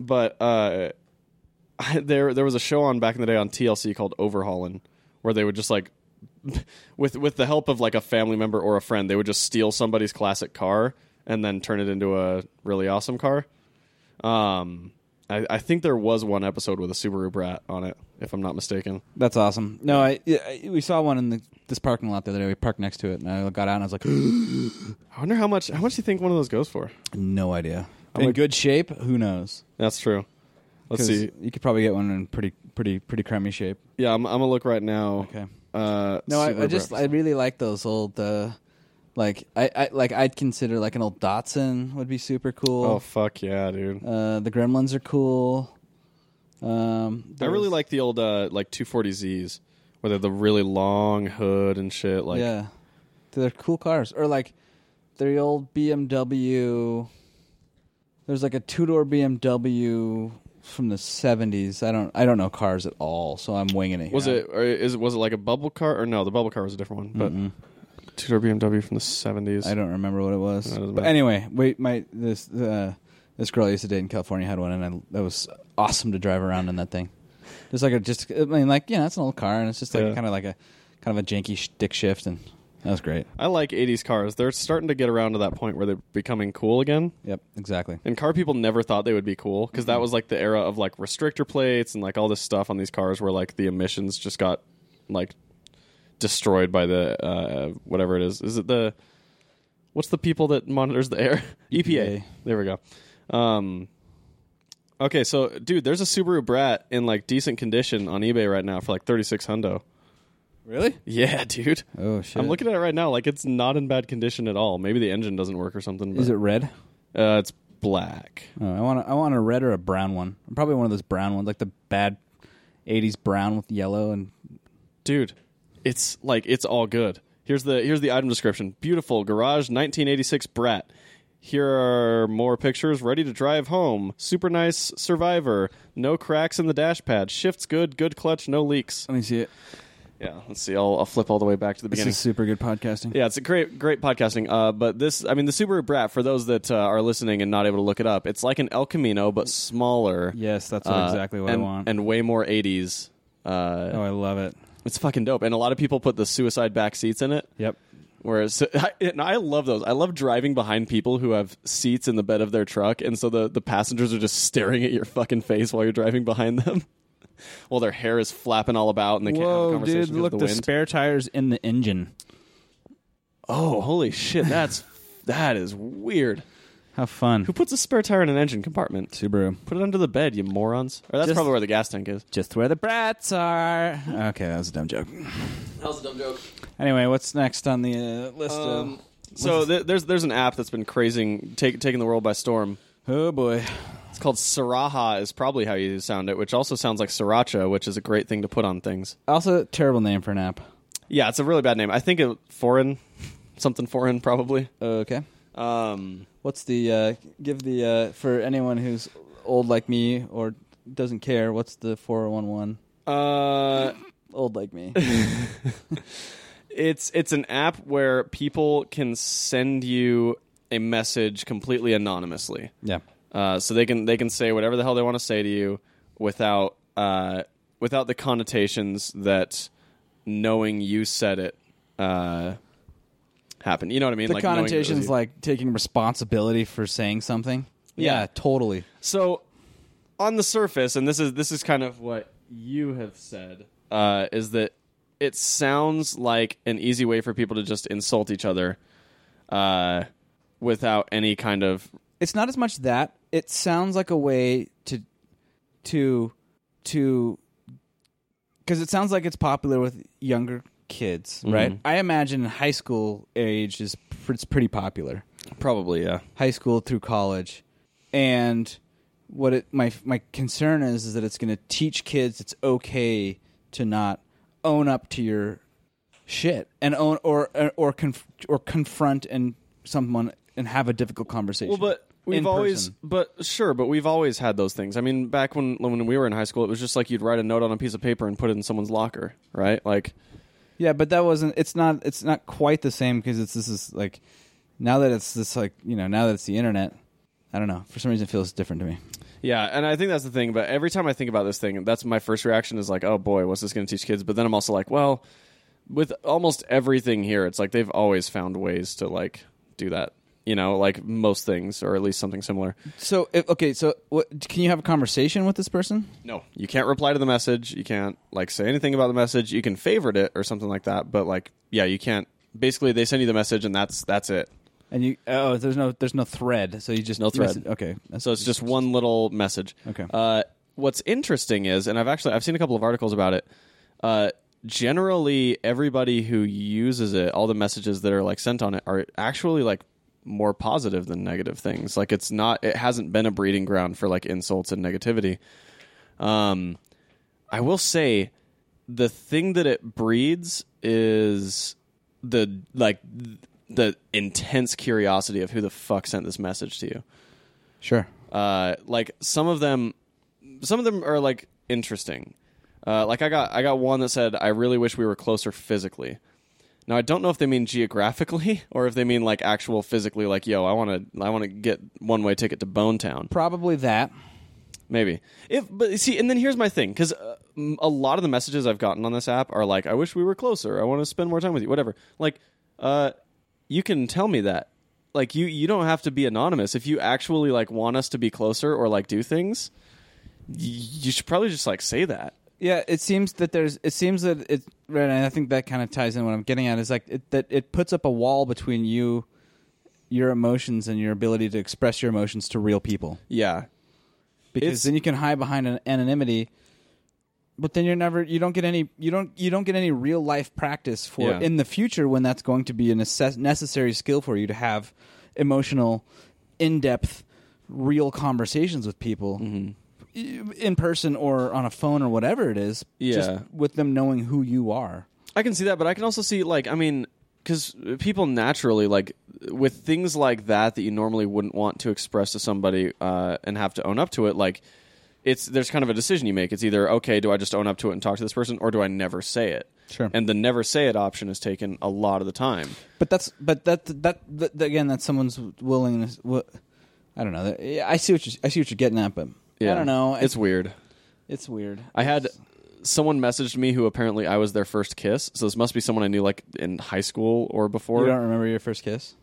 Speaker 1: but uh, there there was a show on back in the day on TLC called Overhauling, where they would just like with with the help of like a family member or a friend, they would just steal somebody's classic car and then turn it into a really awesome car. Um, I, I think there was one episode with a Subaru Brat on it, if I'm not mistaken.
Speaker 2: That's awesome. No, I, yeah, I we saw one in the, this parking lot the other day. We parked next to it, and I got out and I was like,
Speaker 1: I wonder how much how much do you think one of those goes for?
Speaker 2: no idea.
Speaker 1: I
Speaker 2: In
Speaker 1: would-
Speaker 2: good shape, who knows?
Speaker 1: That's true. Let's
Speaker 2: 'Cause
Speaker 1: see.
Speaker 2: You could probably get one in pretty, pretty, pretty crummy shape.
Speaker 1: Yeah, I'm, I'm gonna look right now.
Speaker 2: Okay.
Speaker 1: Uh,
Speaker 2: No, I, I
Speaker 1: Subaru
Speaker 2: just
Speaker 1: Brat.
Speaker 2: I really like those old, uh, like I, I like I'd consider like an old Datsun would be super
Speaker 1: oh
Speaker 2: cool.
Speaker 1: fuck yeah, dude.
Speaker 2: Uh, the Gremlins are cool. Um,
Speaker 1: I
Speaker 2: there
Speaker 1: really
Speaker 2: was-
Speaker 1: like the old uh, like 240Zs where they have the really long hood and shit. Like,
Speaker 2: yeah, they're cool cars or like the old BMW. There's like a two door BMW from the '70s. I don't I don't know cars at all, so I'm winging it. Here.
Speaker 1: was it or is it was it like a bubble car or no? The bubble car was a different one, but two door BMW from the 70s.
Speaker 2: I don't remember what it was.
Speaker 1: doesn't
Speaker 2: But
Speaker 1: matter.
Speaker 2: anyway, wait, my this uh, this girl I used to date in California had one, and I, that was awesome to drive around in that thing. Just like a just, I mean, like yeah, it's an old car, and it's just like
Speaker 1: Yeah.
Speaker 2: kind of like a kind of a janky sh- dick shift, and that was great.
Speaker 1: I like 80s cars. They're starting to get around to that point where they're becoming cool again.
Speaker 2: Yep, exactly.
Speaker 1: And car people never thought they would be cool because
Speaker 2: Mm-hmm.
Speaker 1: that was like the era of like restrictor plates and like all this stuff on these cars where like the emissions just got like destroyed by the uh, whatever it is. Is it the what's the people that monitors the air? EPA.
Speaker 2: EPA.
Speaker 1: There we go. Um, okay, so dude, there's a Subaru Brat in like decent condition on eBay right now for like 36 hundo.
Speaker 2: Really?
Speaker 1: Yeah, dude.
Speaker 2: Oh shit!
Speaker 1: I'm looking at it right now. Like it's not in bad condition at all. Maybe the engine doesn't work or something. But,
Speaker 2: Is it red?
Speaker 1: Uh, it's black.
Speaker 2: Oh, I want a, I want a red or a brown one. Probably one of those brown ones, like the bad '80s brown with yellow and
Speaker 1: dude it's like it's all good here's the here's the item description beautiful garage 1986 brat here are more pictures ready to drive home super nice survivor no cracks in the dash pad shifts good good clutch no leaks
Speaker 2: let me see it.
Speaker 1: yeah let's see i'll, I'll flip all the way back to the
Speaker 2: This
Speaker 1: beginning
Speaker 2: is super good podcasting.
Speaker 1: yeah, it's a great, great podcasting. Uh, but this, I mean, the Subaru Brat. For those that uh, are listening and not able to look it up, it's like an El Camino but smaller.
Speaker 2: Yes, that's what-
Speaker 1: uh,
Speaker 2: exactly what I
Speaker 1: and-
Speaker 2: want.
Speaker 1: and way more '80s. Uh,
Speaker 2: Oh, I love it.
Speaker 1: It's fucking dope, and a lot of people put the suicide back seats in it.
Speaker 2: Yep.
Speaker 1: Whereas I, and I love those. I love driving behind people who have seats in the bed of their truck, and so the, the passengers are just staring at your fucking face while you're driving behind them. While their hair is flapping all about and they can't have a
Speaker 2: Whoa,
Speaker 1: conversation
Speaker 2: dude!
Speaker 1: 'cause
Speaker 2: Look,
Speaker 1: of
Speaker 2: the,
Speaker 1: the, wind.
Speaker 2: spare tires in the engine.
Speaker 1: oh, holy shit! That's that is weird.
Speaker 2: How fun!
Speaker 1: Who puts a spare tire in an engine compartment?
Speaker 2: Subaru.
Speaker 1: Put it under the bed, you morons. Or that's
Speaker 2: Just-
Speaker 1: probably where the gas tank is.
Speaker 2: Just where the brats are. Okay, that was a dumb joke.
Speaker 1: That was a dumb joke.
Speaker 2: Anyway, what's next on the uh, list? uh,
Speaker 1: Um, so th- there's there's an app that's been crazing, take, taking the world by storm.
Speaker 2: oh boy,
Speaker 1: It's called Saraha is probably how you sound it, which also sounds like sriracha, which is a great thing to put on things.
Speaker 2: also terrible name for an app.
Speaker 1: Yeah, it's a really bad name. I think it foreign, something foreign probably.
Speaker 2: Okay,
Speaker 1: Um,
Speaker 2: what's the uh, give the uh, for anyone who's old like me or doesn't care? What's the four oh one one
Speaker 1: uh,
Speaker 2: old like me?
Speaker 1: it's it's an app where people can send you a message completely anonymously.
Speaker 2: yeah,
Speaker 1: Uh, so they can they can say whatever the hell they want to say to you without uh, without the connotations that knowing you said it uh, happened. You know what I mean?
Speaker 2: the
Speaker 1: Like, knowing it was
Speaker 2: connotations
Speaker 1: you.
Speaker 2: like taking responsibility for saying something.
Speaker 1: Yeah.
Speaker 2: totally.
Speaker 1: So on the surface, and this is this is kind of what you have said. uh, is that it sounds like an easy way for people to just insult each other uh, without any kind of
Speaker 2: it's not as much that it sounds like a way to to to because it sounds like it's popular with younger kids right i imagine high school age is pr- it's pretty popular
Speaker 1: probably yeah
Speaker 2: high school through college and what it my my concern is is that it's going to teach kids it's okay to not own up to your shit and own or or or, conf- or confront and someone and have a difficult conversation
Speaker 1: Well, but we've
Speaker 2: in
Speaker 1: always,
Speaker 2: person.
Speaker 1: but sure, but we've always had those things. I mean, back when when we were in high school, it was just like you'd write a note on a piece of paper and put it in someone's locker, right? Like,
Speaker 2: Yeah, but that wasn't. It's not. It's not quite the same because it's this is like now that it's this like you know now that it's the internet. I don't know. For some reason, it feels different to me.
Speaker 1: yeah. And I think that's the thing. But every time I think about this thing, that's my first reaction is like, oh boy, what's this going to teach kids? But then I'm also like, well, with almost everything here, it's like they've always found ways to like do that. You know, like most things, or at least something similar.
Speaker 2: So if, okay, so what, can you have a conversation with this person?
Speaker 1: No, you can't reply to the message. You can't like say anything about the message. You can favorite it or something like that, but like yeah, you can't. Basically, they send you the message and that's that's it.
Speaker 2: And you oh, there's no there's no thread, so you just
Speaker 1: No thread.
Speaker 2: message- okay, that's,
Speaker 1: So it's just one little message.
Speaker 2: Okay.
Speaker 1: Uh, what's interesting is, and I've actually I've seen a couple of articles about it. Uh, generally, everybody who uses it, all the messages that are like sent on it, are actually like more positive than negative things. Like it's not, it hasn't been a breeding ground for like insults and negativity. Um, I will say the thing that it breeds is the like th- the intense curiosity of who the fuck sent this message to you
Speaker 2: sure.
Speaker 1: uh, like some of them some of them are like interesting uh, like i got i got one that said i really wish we were closer physically now i don't know if they mean geographically or if they mean like actual physically like yo i want to i want to get one way ticket to bone town
Speaker 2: Probably that.
Speaker 1: maybe if but see and then here's my thing because uh, m- a lot of the messages i've gotten on this app are like i wish we were closer i want to spend more time with you whatever like uh you can tell me that like you you don't have to be anonymous if you actually like want us to be closer or like do things y- you should probably just like say that
Speaker 2: Yeah, it seems that there's. It seems that it. Right, and I think that kind of ties in what I'm getting at is like it, that it puts up a wall between you, your emotions, and your ability to express your emotions to real people.
Speaker 1: yeah
Speaker 2: because
Speaker 1: It's-
Speaker 2: then you can hide behind an anonymity but then you're never you don't get any you don't you don't get any real life practice for
Speaker 1: Yeah.
Speaker 2: in the future when that's going to be a necess- necessary skill for you to have emotional in-depth real conversations with people
Speaker 1: Mm-hmm.
Speaker 2: i- in person or on a phone or whatever it is
Speaker 1: Yeah.
Speaker 2: just with them knowing who you are
Speaker 1: I can see that, but I can also see like I mean, because people naturally like with things like that that you normally wouldn't want to express to somebody uh, and have to own up to it. Like it's there's kind of a decision you make. It's either okay, do I just own up to it and talk to this person, or do I never say it?
Speaker 2: Sure.
Speaker 1: And the never say it option is taken a lot of the time.
Speaker 2: But that's but that that, that again that's someone's willingness. wi- I don't know. That- yeah, I see what you I see what you're getting at, but I don't know.
Speaker 1: It's weird.
Speaker 2: it's weird.
Speaker 1: I had someone messaged me who apparently I was their first kiss. So this must be someone I knew like in high school or
Speaker 2: You
Speaker 1: before.
Speaker 2: don't remember your first kiss?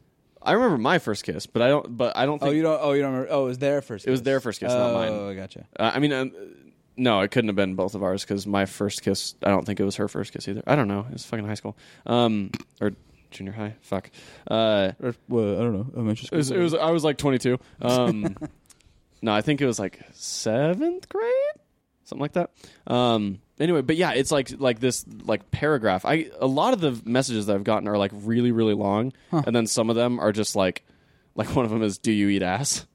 Speaker 1: I remember my first kiss, but I don't. But I don't.
Speaker 2: Oh,
Speaker 1: Think
Speaker 2: you don't. Oh, you don't remember. Oh, it was their first. kiss.
Speaker 1: was their first kiss, not mine.
Speaker 2: Oh, I gotcha.
Speaker 1: Uh, I mean, um, no, it couldn't have been both of ours because my first kiss. I don't think it was her first kiss either. I don't know. It was fucking high school, um, or junior high. Fuck. Uh,
Speaker 2: Or, well, I don't know. I'm
Speaker 1: it was, it was. I was like 22. Um, no, I think it was like seventh grade, something like that. Um, anyway, but yeah, it's like like this like paragraph. I a lot of the messages that I've gotten are like really really long, and then some of them are just like like one of them is "Do you eat ass?"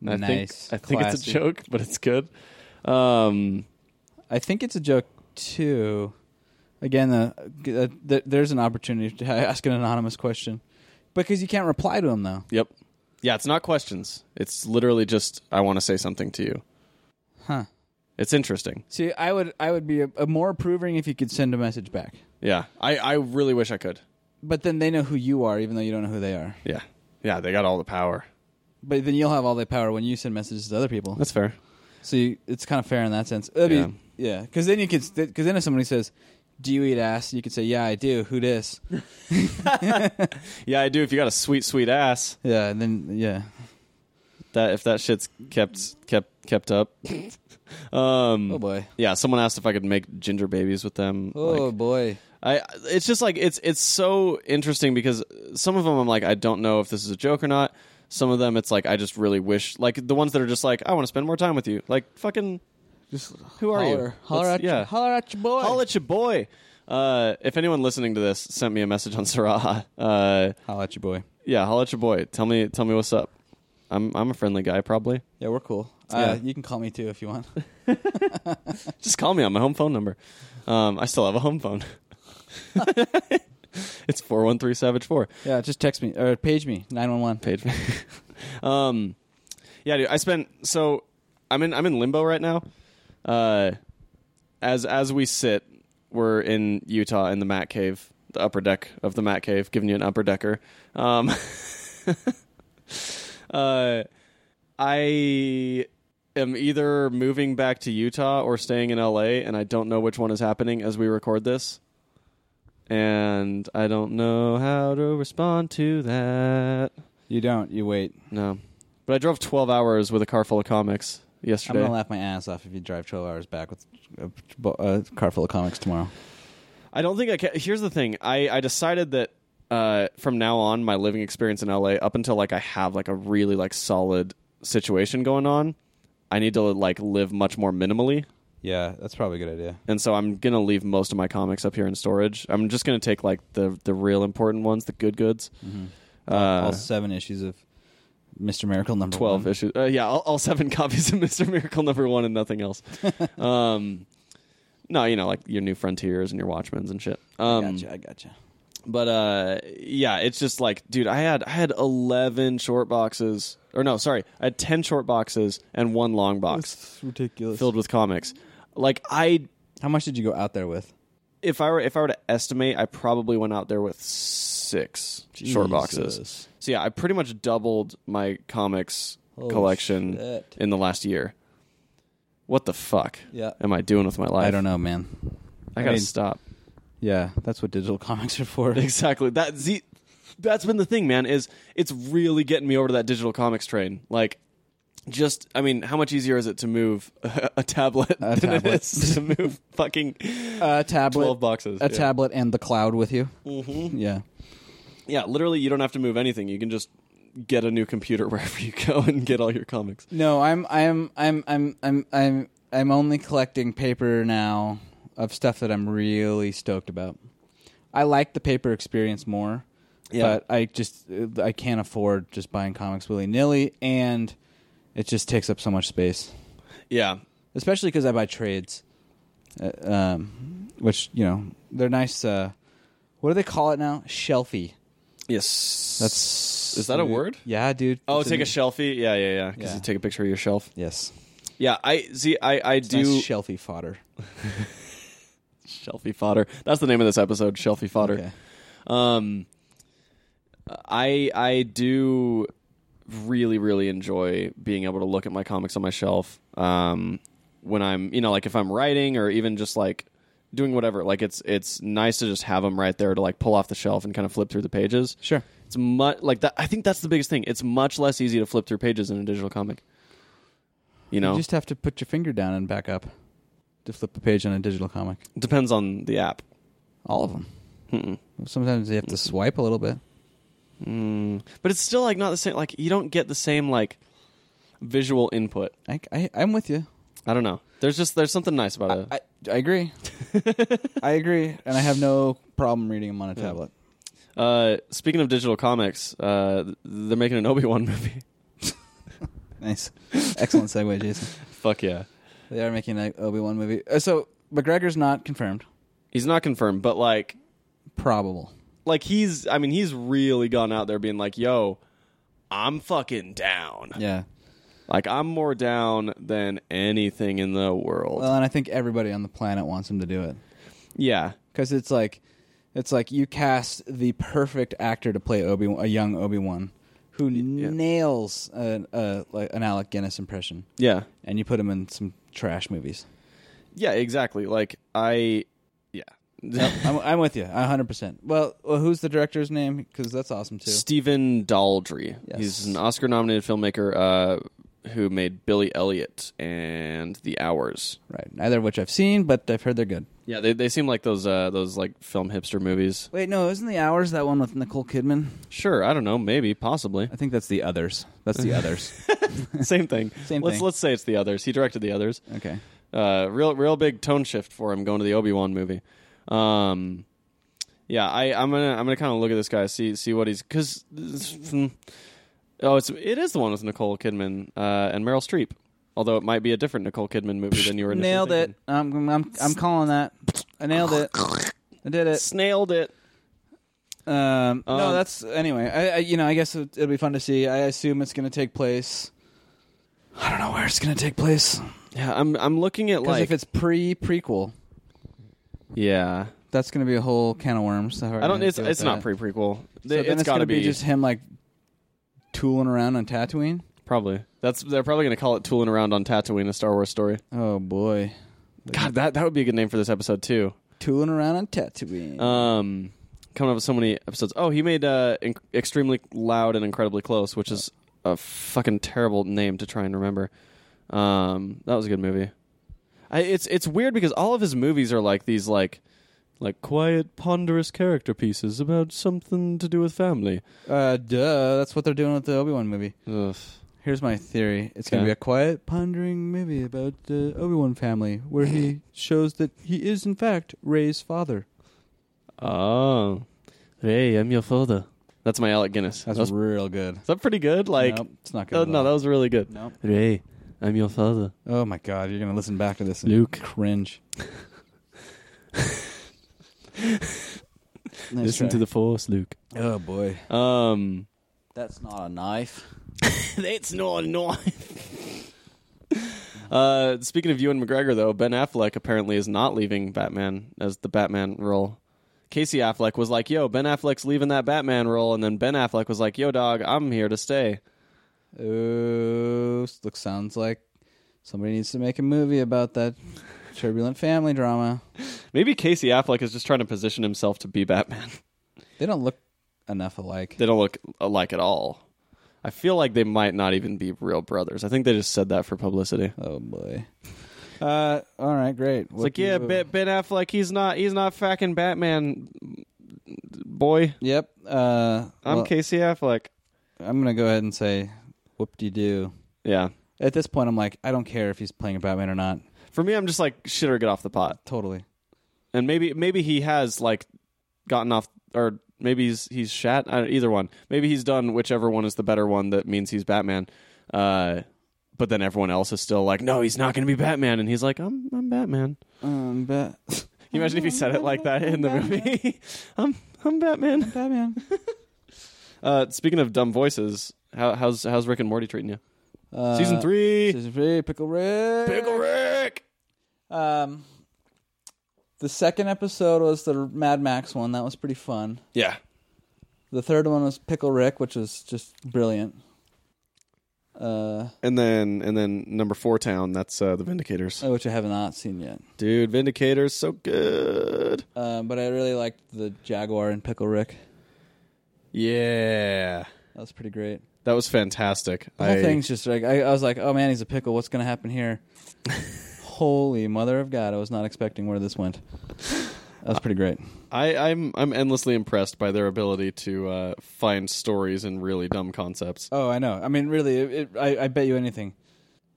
Speaker 1: And I
Speaker 2: nice.
Speaker 1: think I think it's a
Speaker 2: Classy.
Speaker 1: joke, but it's good. Um,
Speaker 2: I think it's a joke too. Again, uh, g- uh, th- there's an opportunity to ask an anonymous question because you can't reply to them though.
Speaker 1: Yep. Yeah, it's not questions. It's literally just I want to say something to you.
Speaker 2: Huh.
Speaker 1: It's interesting.
Speaker 2: See, I would I would be a, a more approving if you could send a message back.
Speaker 1: Yeah. I, I really wish I could.
Speaker 2: But then they know who you are, even though you don't know who they are.
Speaker 1: Yeah. Yeah, they got all the power.
Speaker 2: But then you'll have all the power when you send messages to other people.
Speaker 1: That's fair.
Speaker 2: So you, it's kind of fair in that sense. That'd be-
Speaker 1: Yeah.
Speaker 2: yeah, because then you could, because then if somebody says, "Do you eat ass?" you could say, "Yeah, I do." Who dis?
Speaker 1: Yeah, I do if you got a sweet, sweet ass.
Speaker 2: yeah, and then yeah,
Speaker 1: that if that shit's kept kept kept up. um,
Speaker 2: Oh boy.
Speaker 1: Yeah, someone asked if I could make ginger babies with them.
Speaker 2: Oh
Speaker 1: like,
Speaker 2: boy.
Speaker 1: I it's just like it's it's so interesting because some of them I'm like I don't know if this is a joke or not. Some of them it's like I just really wish like the ones that are just like I want to spend more time with you. Like fucking just who are you?
Speaker 2: Holler, holler
Speaker 1: Let's-
Speaker 2: at yeah. holler at your boy.
Speaker 1: Holla at your boy. Uh, if anyone listening to this sent me a message on Sarah, uh,
Speaker 2: holler at your boy.
Speaker 1: yeah, holla at your boy. Tell me tell me what's up. I'm I'm a friendly guy probably.
Speaker 2: Yeah, we're cool.
Speaker 1: Yeah.
Speaker 2: Uh, you can call me too if you want.
Speaker 1: Just call me on my home phone number. Um, I still have a home phone. it's four one three Savage four.
Speaker 2: yeah, just text me or page me nine one one.
Speaker 1: page. um, yeah, dude. I spent so I'm in I'm in limbo right now. Uh, as as we sit, we're in Utah in the Mat Cave, the upper deck of the Mat Cave, giving you an upper decker. Um, uh, I am either moving back to Utah or staying in LA, and I don't know which one is happening as we record this. And I don't know how to respond to that.
Speaker 2: You don't. You wait.
Speaker 1: No. But I drove 12 hours with a car full of comics
Speaker 2: I'm
Speaker 1: yesterday.
Speaker 2: gonna laugh my ass off if you drive 12 hours back with a, bo- a car full of comics tomorrow.
Speaker 1: I don't think I can. Here's the thing. I, I decided that uh, from now on, my living experience in LA, up until like I have like a really like solid situation going on, I need to like live much more minimally.
Speaker 2: Yeah, that's probably a good idea.
Speaker 1: And so I'm gonna leave most of my comics up here in storage. I'm just gonna take like the the real important ones, the good goods.
Speaker 2: All
Speaker 1: Uh,
Speaker 2: seven issues of Mr. Miracle number
Speaker 1: twelve
Speaker 2: one.
Speaker 1: issues. Uh, yeah, all, all seven copies of Mister Miracle number one and nothing else. um, no, you know, like your New Frontiers and your Watchmen's and shit. Um,
Speaker 2: gotcha. I gotcha.
Speaker 1: But uh, yeah, it's just like, dude, I had I had eleven short boxes, or no, sorry, I had ten short boxes and one long box
Speaker 2: ridiculous.
Speaker 1: filled with comics. Like I,
Speaker 2: How much did you go out there with?
Speaker 1: if I were if I were to estimate, I probably went out there with six short boxes.
Speaker 2: Jesus.
Speaker 1: So yeah, I pretty much doubled my comics
Speaker 2: Holy
Speaker 1: collection
Speaker 2: shit.
Speaker 1: in the last year. What the fuck?
Speaker 2: Yeah.
Speaker 1: Am I doing with my life?
Speaker 2: I don't know, man.
Speaker 1: I gotta
Speaker 2: mean-
Speaker 1: stop.
Speaker 2: Yeah, that's what digital comics are for.
Speaker 1: Exactly. That see, that's been the thing, man. Is it's really getting me over to that digital comics train. Like, just I mean, how much easier is it to move a, a tablet than it
Speaker 2: tablet.
Speaker 1: is to move fucking
Speaker 2: A tablet,
Speaker 1: twelve boxes?
Speaker 2: a
Speaker 1: yeah. Mm-hmm.
Speaker 2: tablet, and the cloud with you. Yeah,
Speaker 1: Yeah, literally, you don't have to move anything. You can just get a new computer wherever you go and get all your comics.
Speaker 2: No, I'm I'm I'm I'm I'm I'm I'm only collecting paper now of stuff that I'm really stoked about. I like the paper experience more,
Speaker 1: Yeah.
Speaker 2: but I just I can't afford just buying comics willy nilly, and it just takes up so much space,
Speaker 1: Yeah,
Speaker 2: especially because I buy trades, uh, um, which you know they're nice. Uh, what do they call it now? Shelfie.
Speaker 1: yes.
Speaker 2: That's
Speaker 1: is that a word?
Speaker 2: Yeah, dude.
Speaker 1: Oh,
Speaker 2: It's
Speaker 1: take a
Speaker 2: new-
Speaker 1: shelfie. Yeah, yeah, yeah. Because
Speaker 2: Yeah.
Speaker 1: you take a picture of your shelf.
Speaker 2: Yes,
Speaker 1: Yeah, I see. I I do
Speaker 2: nice shelfie fodder.
Speaker 1: shelfie fodder. That's the name of this episode. Shelfie fodder.
Speaker 2: Okay.
Speaker 1: Um, I I do really really enjoy being able to look at my comics on my shelf. Um, when I'm you know like if I'm writing or even just like doing whatever, like it's it's nice to just have them right there to like pull off the shelf and kind of flip through the pages.
Speaker 2: Sure.
Speaker 1: It's much like that. I think that's the biggest thing. It's much less easy to flip through pages in a digital comic. You know,
Speaker 2: You just have to put your finger down and back up to flip a page on a digital comic.
Speaker 1: depends on the app.
Speaker 2: All of them. Sometimes you have to swipe a little bit.
Speaker 1: Mm. But it's still like not the same. Like you don't get the same like visual input.
Speaker 2: I, I, I'm with you.
Speaker 1: I don't know. There's just there's something nice about it.
Speaker 2: I, I agree. I agree, and I have no problem reading them on a tablet.
Speaker 1: uh, speaking of digital comics, uh, th- they're making an Obi Wan movie.
Speaker 2: Nice, excellent segue, Jason.
Speaker 1: Fuck yeah.
Speaker 2: They are making an Obi Wan movie. Uh, so McGregor's not confirmed.
Speaker 1: He's not confirmed, but like
Speaker 2: Probable.
Speaker 1: like he's I mean he's really gone out there being like, yo, I'm fucking down.
Speaker 2: Yeah.
Speaker 1: Like I'm more down than anything in the world.
Speaker 2: Well, and I think everybody on the planet wants him to do it
Speaker 1: yeah.
Speaker 2: because it's like, it's like you cast the perfect actor to play Obi a young Obi Wan, who nails an uh, like an Alec Guinness impression.
Speaker 1: Yeah.
Speaker 2: and you put him in some trash movies.
Speaker 1: Yeah, exactly. Like I yeah.
Speaker 2: Nope, I'm, I'm with you. 100. percent Well, well, who's the director's name? Because that's awesome too.
Speaker 1: Stephen Daldry.
Speaker 2: Yes.
Speaker 1: He's an Oscar-nominated filmmaker uh, who made Billy Elliot and The Hours.
Speaker 2: Right. Neither of which I've seen, but I've heard they're good.
Speaker 1: Yeah, they, they seem like those uh, those like film hipster movies.
Speaker 2: Wait, no, isn't the Hours that one with Nicole Kidman?
Speaker 1: Sure, I don't know, maybe, possibly,
Speaker 2: I think that's the Others. That's the Others.
Speaker 1: same thing.
Speaker 2: Same
Speaker 1: let's
Speaker 2: thing.
Speaker 1: let's say it's the others. He directed the others.
Speaker 2: Okay.
Speaker 1: Uh, real real big tone shift for him going to the Obi Wan movie. Um, yeah, I I'm gonna I'm gonna kind of look at this guy see see what he's because oh it's it is the one with Nicole Kidman uh, and Meryl Streep. Although it might be a different Nicole Kidman movie than you were initially
Speaker 2: Nailed it.
Speaker 1: thinking.
Speaker 2: I'm, I'm, I'm calling that. I nailed it. I did it.
Speaker 1: Snailed it.
Speaker 2: Um, no,
Speaker 1: Um,
Speaker 2: that's anyway. I, I you know I guess it, it'll be fun to see. I assume it's going to take place. I don't know where it's going to take place because
Speaker 1: Yeah, I'm I'm looking at like
Speaker 2: if it's pre prequel,
Speaker 1: yeah.
Speaker 2: that's going to be a whole can of worms. How are we
Speaker 1: I don't.
Speaker 2: gonna
Speaker 1: It's
Speaker 2: deal with
Speaker 1: it's not
Speaker 2: that?
Speaker 1: pre prequel.
Speaker 2: So then
Speaker 1: it's got
Speaker 2: gonna
Speaker 1: to be,
Speaker 2: just him like tooling around on Tatooine.
Speaker 1: probably. That's they're probably going to call it tooling around on Tatooine, a Star Wars story.
Speaker 2: Oh boy,
Speaker 1: God, that that would be a good name for this episode too.
Speaker 2: tooling around on Tatooine.
Speaker 1: Um, coming up with so many episodes. Oh, he made uh, in- extremely loud and incredibly close, which is a fucking terrible name to try and remember. Um, that was a good movie. I, it's it's weird because all of his movies are like these like like quiet, ponderous character pieces about something to do with family.
Speaker 2: uh, duh, that's what they're doing with the Obi Wan movie.
Speaker 1: Ugh.
Speaker 2: Here's my theory. It's going to
Speaker 1: Okay.
Speaker 2: be a quiet, pondering movie about the Obi-Wan family where he shows that he is, in fact, Ray's father.
Speaker 1: Oh, hey, I'm your father. That's my Alec Guinness.
Speaker 2: That's,
Speaker 1: That's-
Speaker 2: real good.
Speaker 1: is that pretty good? Like,
Speaker 2: Nope, it's not good.
Speaker 1: oh,
Speaker 2: at
Speaker 1: no,
Speaker 2: all.
Speaker 1: that was really good.
Speaker 2: Nope.
Speaker 1: Ray, I'm your father.
Speaker 2: Oh, my God. You're going to listen back to this and
Speaker 1: Luke.
Speaker 2: cringe. Nice
Speaker 1: Listen
Speaker 2: try.
Speaker 1: to the force, Luke.
Speaker 2: Oh, boy.
Speaker 1: Um,
Speaker 2: That's not a knife.
Speaker 1: that's not a knife. uh, speaking of Ewan McGregor, though, Ben Affleck apparently is not leaving Batman as the Batman role. Casey Affleck was like, "Yo, Ben Affleck's leaving that Batman role," and then Ben Affleck was like, "Yo, dog, I'm here to stay."
Speaker 2: Oh, s- look, sounds like somebody needs to make a movie about that turbulent family drama.
Speaker 1: Maybe Casey Affleck is just trying to position himself to be Batman.
Speaker 2: They don't look enough alike.
Speaker 1: they don't look alike at all. I feel like they might not even be real brothers. I think they just said that for publicity.
Speaker 2: Oh boy. Uh, all right, great.
Speaker 1: It's like, yeah, ben, ben Affleck, he's not, he's not fucking Batman, boy.
Speaker 2: Yep. Uh,
Speaker 1: I'm
Speaker 2: well,
Speaker 1: Casey Affleck.
Speaker 2: I'm gonna go ahead and say, whoop de doo.
Speaker 1: Yeah.
Speaker 2: At this point, I'm like, I don't care if he's playing a Batman or not.
Speaker 1: For me, I'm just like shit or get off the pot.
Speaker 2: Totally.
Speaker 1: And maybe, maybe he has like gotten off, or maybe he's he's shat. I don't- Either one. Maybe he's done whichever one is the better one. That means he's Batman. Uh, but then everyone else is still like, no, he's not going to be Batman, and he's like, I'm, I'm Batman.
Speaker 2: Um, ba-
Speaker 1: Can you imagine if he said it like that in the movie? I'm I'm Batman.
Speaker 2: Batman.
Speaker 1: Uh, speaking of dumb voices, how, how's how's Rick and Morty treating you?
Speaker 2: Uh,
Speaker 1: Season three,
Speaker 2: Season three. Pickle Rick.
Speaker 1: Pickle Rick.
Speaker 2: Um, the second episode was the Mad Max one. That was pretty fun.
Speaker 1: Yeah,
Speaker 2: The third one was Pickle Rick, which was just brilliant. Uh,
Speaker 1: and then and then number four town. That's uh, the Vindicators,
Speaker 2: which I have not seen yet.
Speaker 1: dude. Vindicators, so good.
Speaker 2: Um, but I really liked the Jaguar and Pickle Rick.
Speaker 1: Yeah,
Speaker 2: That was pretty great.
Speaker 1: that was fantastic.
Speaker 2: The whole thing's just like I, I was like, oh man, he's a pickle. What's gonna happen here? Holy mother of God! I was not expecting where this went. That was pretty great.
Speaker 1: I, I'm I'm endlessly impressed by their ability to uh, find stories in really dumb concepts.
Speaker 2: Oh, I know. I mean, really, it, it, I, I bet you anything.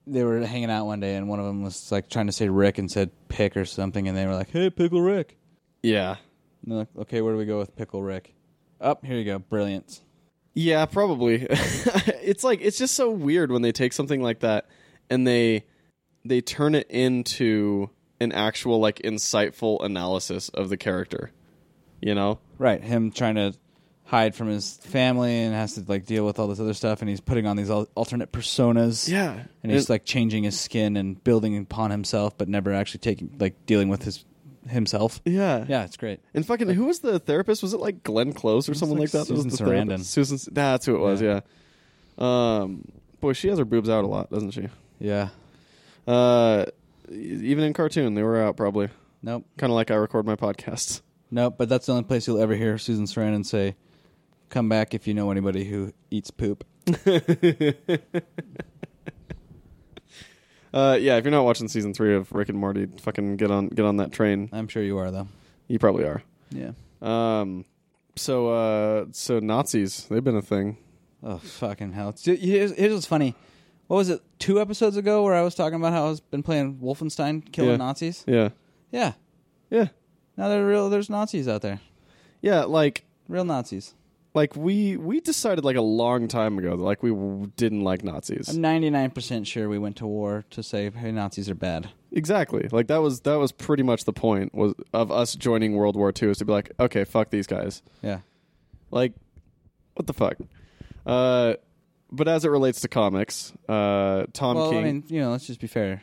Speaker 2: They were hanging out one day, and one of them was like trying to say Rick and said Pick or something, and they were like, "Hey, Pickle Rick."
Speaker 1: Yeah,
Speaker 2: And they're like, "Okay, where do we go with Pickle Rick?" Up here you go. Brilliant.
Speaker 1: Yeah, probably. it's like it's just so weird when they take something like that and they they turn it into an actual like insightful analysis of the character. You know?
Speaker 2: Right, him trying to hide from his family and has to like deal with all this other stuff, and he's putting on these al- alternate personas.
Speaker 1: Yeah.
Speaker 2: and he's like changing his skin and building upon himself, but never actually taking like dealing with his himself.
Speaker 1: yeah.
Speaker 2: Yeah, it's great.
Speaker 1: And fucking who was the therapist? Was it like Glenn Close or someone like,
Speaker 2: like
Speaker 1: that? that? was
Speaker 2: Susan
Speaker 1: the
Speaker 2: Sarandon.
Speaker 1: therapist? Susan that's who it was, yeah. Um boy, she has her boobs out a lot, doesn't she?
Speaker 2: Yeah,
Speaker 1: Uh e- even in cartoon, they were out probably.
Speaker 2: Nope.
Speaker 1: Kind of like I record my podcasts.
Speaker 2: Nope. But that's the only place you'll ever hear Susan Sarandon say, "Come back if you know anybody who eats poop."
Speaker 1: Uh, yeah, if you're not watching season three of Rick and Morty, fucking get on get on that train.
Speaker 2: I'm sure you are though.
Speaker 1: You probably are.
Speaker 2: Yeah.
Speaker 1: Um, so uh, so Nazis, they've been a thing.
Speaker 2: Oh fucking hell! It's- Here's, here's what's funny. What was it? Two episodes ago, where I was talking about how I was been playing Wolfenstein, killing
Speaker 1: Yeah.
Speaker 2: Nazis.
Speaker 1: Yeah,
Speaker 2: Yeah.
Speaker 1: yeah,
Speaker 2: Now there are real. There's Nazis out there.
Speaker 1: yeah. Like
Speaker 2: Real Nazis.
Speaker 1: like we we decided like a long time ago that like we w- didn't like Nazis.
Speaker 2: I'm 99% sure we went to war to say, hey, Nazis are bad.
Speaker 1: Exactly. Like that was that was pretty much the point was of us joining World War II is to be like, okay, fuck these guys.
Speaker 2: Yeah.
Speaker 1: Like, what the fuck? Uh, but as it relates to comics, uh, Tom
Speaker 2: well,
Speaker 1: King.
Speaker 2: I mean, you know, let's just be fair.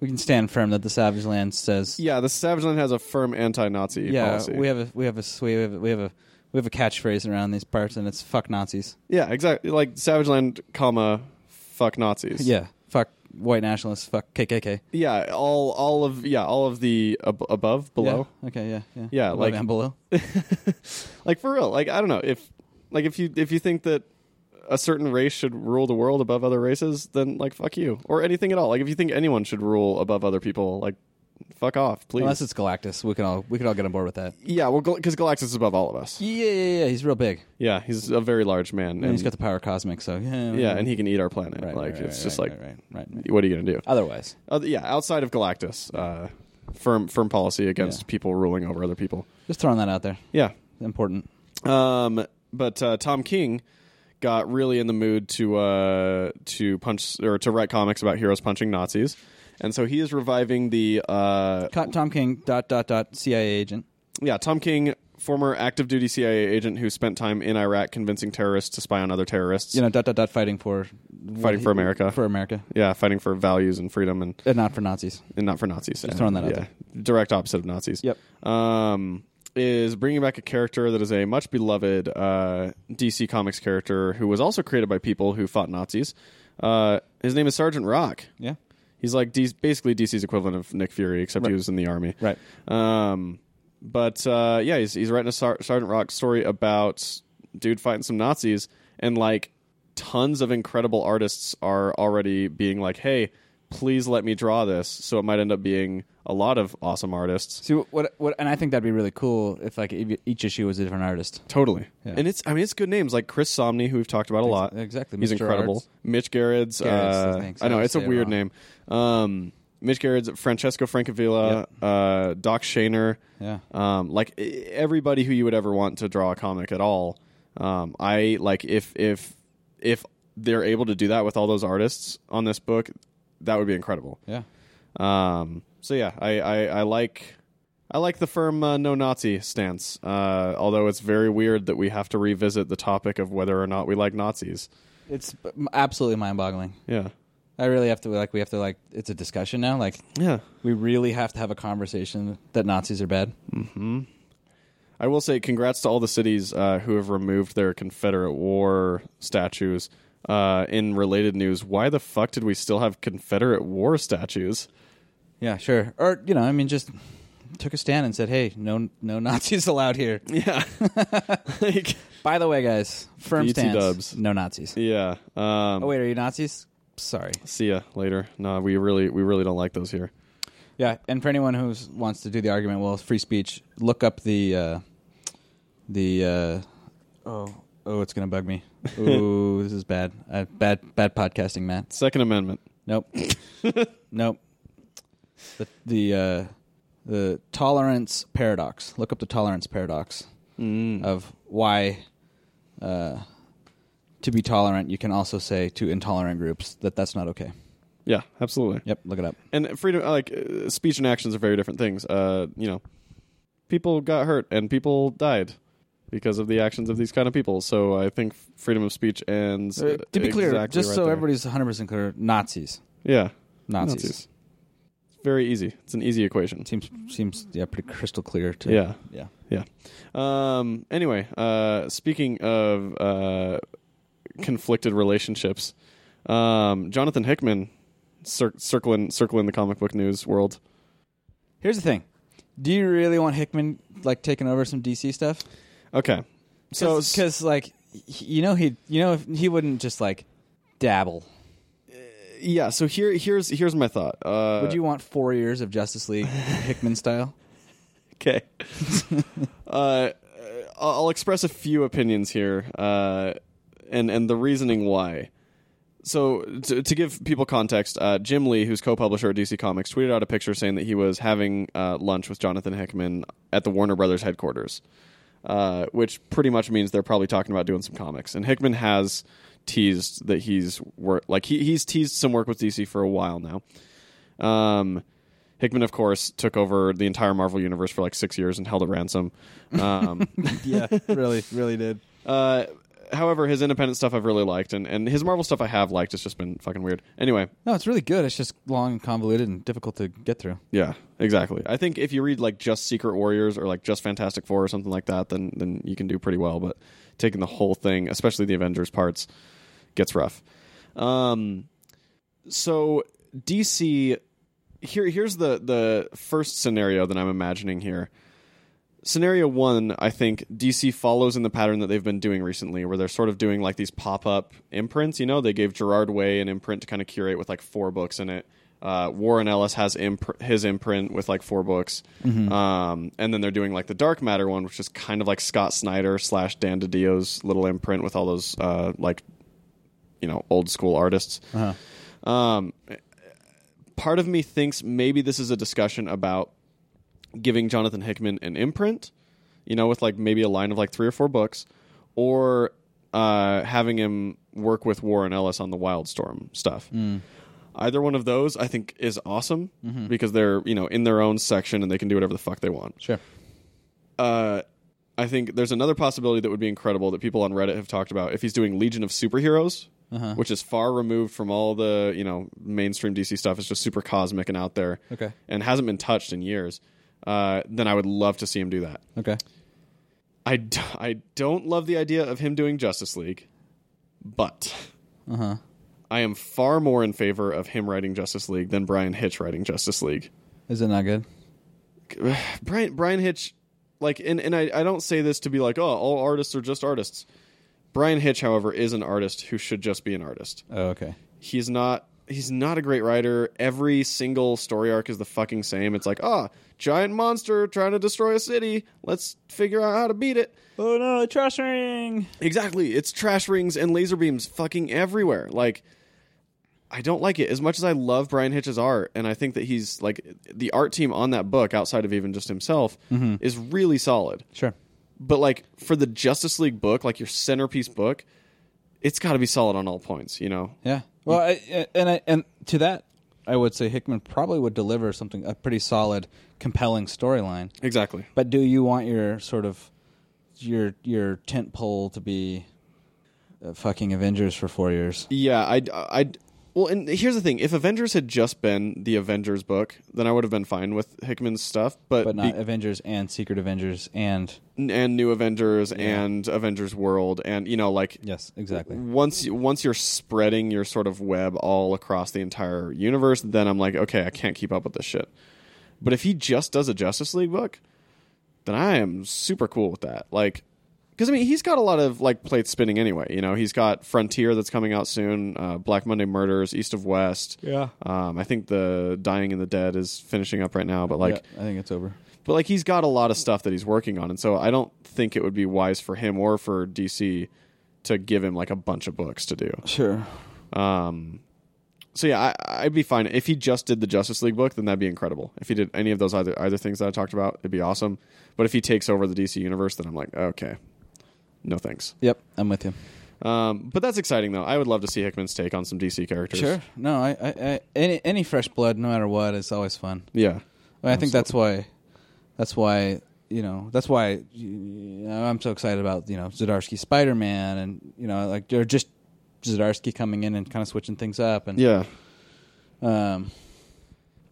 Speaker 2: We can stand firm that the Savage Land says,
Speaker 1: yeah, the Savage Land has a firm anti-Nazi
Speaker 2: yeah,
Speaker 1: policy.
Speaker 2: we have a we have a we have a, we have a we have a catchphrase around these parts, and it's fuck Nazis.
Speaker 1: yeah, exactly. Like Savage Land, comma, fuck Nazis.
Speaker 2: Yeah, fuck white nationalists. Fuck KKK.
Speaker 1: yeah. All, all of, yeah, all of the ab- above, below.
Speaker 2: Yeah. Okay. Yeah. Yeah.
Speaker 1: Yeah,
Speaker 2: Above
Speaker 1: like-
Speaker 2: and below.
Speaker 1: Like for real. Like I don't know if, like if you if you think that a certain race should rule the world above other races, then like fuck you or anything at all. Like if you think anyone should rule above other people, like fuck off, please.
Speaker 2: Unless it's Galactus, we can all we can all get on board with that.
Speaker 1: yeah, well, because Galactus is above all of us.
Speaker 2: Yeah, yeah, yeah. He's real big, and,
Speaker 1: Yeah, he's a very large man, and,
Speaker 2: he's got the power of cosmic. So yeah.
Speaker 1: yeah, and he can eat our planet.
Speaker 2: Right,
Speaker 1: like
Speaker 2: right,
Speaker 1: it's
Speaker 2: right,
Speaker 1: just
Speaker 2: right,
Speaker 1: like,
Speaker 2: right, right, right.
Speaker 1: what are you gonna do?
Speaker 2: Otherwise,
Speaker 1: Other, yeah, outside of Galactus, uh, firm firm policy against
Speaker 2: Yeah.
Speaker 1: people ruling over other people.
Speaker 2: just throwing that out there.
Speaker 1: Yeah,
Speaker 2: Important.
Speaker 1: um, but uh, Tom King got really in the mood to uh, to punch or to write comics about heroes punching Nazis, and so he is reviving the uh,
Speaker 2: Co- Tom King dot dot dot CIA agent.
Speaker 1: yeah Tom King. Former active duty CIA agent who spent time in Iraq convincing terrorists to spy on other terrorists.
Speaker 2: You know dot dot dot fighting for
Speaker 1: Fighting for America.
Speaker 2: for America
Speaker 1: yeah, fighting for values and freedom and
Speaker 2: and not for Nazis.
Speaker 1: and not for Nazis. Just
Speaker 2: throwing that out
Speaker 1: Direct opposite of Nazis. Um, is bringing back a character that is a much beloved uh, DC Comics character who was also created by people who fought Nazis. Uh, his name is Sergeant Rock.
Speaker 2: Yeah.
Speaker 1: He's like D- basically DC's equivalent of Nick Fury, except he
Speaker 2: Right.
Speaker 1: was in the army.
Speaker 2: Right.
Speaker 1: Um, but uh, yeah, he's he's writing a Sar- Sergeant Rock story about dude fighting some Nazis, and like tons of incredible artists are already being like, "Hey, please let me draw this." So it might end up being a lot of awesome artists.
Speaker 2: See what what and I think that'd be really cool if like ev- each issue was a different artist.
Speaker 1: Totally.
Speaker 2: Yeah.
Speaker 1: And it's I mean it's good names like Chris Somney, who we've talked about a lot.
Speaker 2: exactly.
Speaker 1: He's
Speaker 2: Mr.
Speaker 1: incredible.
Speaker 2: Arts.
Speaker 1: Mitch Garrett's.
Speaker 2: Garrett's,
Speaker 1: uh,
Speaker 2: I think, so
Speaker 1: I know
Speaker 2: I
Speaker 1: it's a
Speaker 2: say it
Speaker 1: weird
Speaker 2: wrong.
Speaker 1: name. Um, Mitch Garrett's, Francesco Francavilla, uh, Doc Shaner.
Speaker 2: Yeah.
Speaker 1: Um, like e- everybody who you would ever want to draw a comic at all. Um, I like if if if they're able to do that with all those artists on this book, that would be incredible.
Speaker 2: Yeah.
Speaker 1: Um, so yeah, I, I, I like I like the firm uh, no Nazi stance. Uh, although it's very weird that we have to revisit the topic of whether or not we like Nazis.
Speaker 2: It's b- absolutely mind-boggling.
Speaker 1: Yeah,
Speaker 2: I really have to like we have to like it's a discussion now like
Speaker 1: yeah.
Speaker 2: we really have to have a conversation that Nazis are bad.
Speaker 1: I will say, congrats to all the cities uh, who have removed their Confederate War statues. Uh, in related news, why the fuck did we still have Confederate War statues?
Speaker 2: Yeah, sure. Or you know, I mean, just took a stand and said, "Hey, no, no Nazis allowed here."
Speaker 1: Yeah, like
Speaker 2: By the way, guys, firm
Speaker 1: BT
Speaker 2: stance.
Speaker 1: dubs.
Speaker 2: No Nazis.
Speaker 1: yeah. Um,
Speaker 2: Oh wait, are you Nazis? Sorry.
Speaker 1: see ya later. No, we really we really don't like those here.
Speaker 2: Yeah, and for anyone who wants to do the argument, well, it's free speech. Look up the uh, the uh, oh oh, it's gonna bug me. Ooh, this is bad. Uh, bad bad podcasting, Matt.
Speaker 1: Second Amendment.
Speaker 2: Nope. nope. The the uh, the tolerance paradox. Look up the tolerance paradox of why uh, to be tolerant, you can also say to intolerant groups that that's not okay.
Speaker 1: Yeah, absolutely.
Speaker 2: Yep, look it up.
Speaker 1: and freedom like uh, speech and actions are very different things uh you know people got hurt and people died because of the actions of these kind of people so i think freedom of speech and
Speaker 2: Uh, to be clear,
Speaker 1: exactly
Speaker 2: just
Speaker 1: right
Speaker 2: so
Speaker 1: there.
Speaker 2: everybody's 100% clear, Nazis.
Speaker 1: yeah
Speaker 2: Nazis.
Speaker 1: very easy it's an easy equation
Speaker 2: Seems seems yeah, pretty crystal clear to
Speaker 1: yeah
Speaker 2: Yeah.
Speaker 1: yeah um anyway uh speaking of uh conflicted relationships um jonathan hickman cir- circling circling the comic book news world
Speaker 2: Here's the thing. Do you really want Hickman like taking over some DC stuff?
Speaker 1: Okay. So
Speaker 2: Cause,
Speaker 1: because
Speaker 2: like y- you know he you know if he wouldn't just like dabble.
Speaker 1: yeah, so here here's here's my thought. Uh,
Speaker 2: Would you want four years of Justice League Hickman style?
Speaker 1: Okay. uh, I'll I'll express a few opinions here, uh, and and the reasoning why. So to, to give people context, uh, Jim Lee, who's co-publisher of DC Comics, tweeted out a picture saying that he was having uh, lunch with Jonathan Hickman at the Warner Brothers headquarters, uh, which pretty much means they're probably talking about doing some comics. And Hickman has teased that he's wor- like he, he's teased some work with DC for a while now. Um, Hickman, of course, took over the entire Marvel universe for like six years and held it ransom. Um,
Speaker 2: yeah, really, really did.
Speaker 1: uh, however, his independent stuff I've really liked, and, and his Marvel stuff I have liked. It's just been fucking weird. Anyway,
Speaker 2: No, it's really good. It's just long and convoluted and difficult to get through.
Speaker 1: yeah, exactly. I think if you read like just Secret Warriors or like just Fantastic Four or something like that, then then you can do pretty well. But taking the whole thing, especially the Avengers parts, gets rough. Um, so DC, here here's the the first scenario that I'm imagining here. Scenario one, I think DC follows in the pattern that they've been doing recently, where they're sort of doing like these pop up imprints. You know, they gave Gerard Way an imprint to kind of curate with like four books in it. Uh, Warren Ellis has imp- his imprint with like four books, um, and then they're doing like the Dark Matter one, which is kind of like Scott Snyder slash Dan DiDio's little imprint with all those uh, like you know old school artists. Um, part of me thinks maybe this is a discussion about giving Jonathan Hickman an imprint, you know, with like maybe a line of like three or four books, or uh, having him work with Warren Ellis on the Wildstorm stuff. Either one of those, I think, is awesome because they're you know in their own section and they can do whatever the fuck they want
Speaker 2: Sure.
Speaker 1: uh, I think there's another possibility that would be incredible that people on Reddit have talked about. If he's doing Legion of Superheroes, which is far removed from all the you know mainstream DC stuff, it's just super cosmic and out there,
Speaker 2: Okay.
Speaker 1: and hasn't been touched in years. Uh, then I would love to see him do that.
Speaker 2: Okay.
Speaker 1: I, d- I don't love the idea of him doing Justice League, but I am far more in favor of him writing Justice League than Brian Hitch writing Justice League.
Speaker 2: Is it not good?
Speaker 1: Brian Brian Hitch, like, and and I, I don't say this to be like, oh, all artists are just artists. Brian Hitch, however, is an artist who should just be an artist.
Speaker 2: Oh, okay.
Speaker 1: He's not. He's not a great writer. Every single story arc is the fucking same. It's like, ah, giant monster trying to destroy a city. Let's figure out how to beat it.
Speaker 2: Oh no, the trash ring.
Speaker 1: Exactly. It's trash rings and laser beams fucking everywhere. Like I don't like it as much as I love Brian Hitch's art and I think that he's like the art team on that book outside of even just himself is really solid.
Speaker 2: Sure.
Speaker 1: But like for the Justice League book, like your centerpiece book, it's got to be solid on all points, you know.
Speaker 2: Yeah. Well, I, I- and I, and to that, I would say Hickman probably would deliver something a pretty solid, compelling storyline.
Speaker 1: Exactly.
Speaker 2: But do you want your sort of your your tent pole to be uh, fucking Avengers for four years?
Speaker 1: Yeah, I I well, and here's the thing: if Avengers had just been the Avengers book, then I would have been fine with Hickman's stuff. But,
Speaker 2: But not
Speaker 1: be-
Speaker 2: Avengers and Secret Avengers and
Speaker 1: and New Avengers and Avengers World, and you know, like
Speaker 2: yes, exactly.
Speaker 1: once once you're spreading your sort of web all across the entire universe, then I'm like, okay, I can't keep up with this shit. But if he just does a Justice League book, then I am super cool with that. Like, because I mean, he's got a lot of like plates spinning anyway. You know, he's got Frontier that's coming out soon, uh, Black Monday Murders, East of West.
Speaker 2: Yeah.
Speaker 1: Um, I think the Dying and the Dead is finishing up right now, but like,
Speaker 2: Yeah, I think it's over.
Speaker 1: but like he's got a lot of stuff that he's working on, and so I don't think it would be wise for him or for DC to give him like a bunch of books to do.
Speaker 2: Sure.
Speaker 1: Um, so yeah, I, I'd be fine if he just did the Justice League book, then that'd be incredible. If he did any of those either either things that I talked about, it'd be awesome. But if he takes over the DC universe, then I'm like, okay, no thanks.
Speaker 2: Yep, I'm with you.
Speaker 1: Um, but that's exciting though. I would love to see Hickman's take on some DC characters.
Speaker 2: Sure. No, I, I, I any any fresh blood, no matter what, is always fun.
Speaker 1: Yeah.
Speaker 2: I think that's why, that's why you know that's why you know, I'm so excited about you know Zdarsky Spider Man and you know like or just Zdarsky coming in and kind of switching things up and
Speaker 1: Yeah.
Speaker 2: um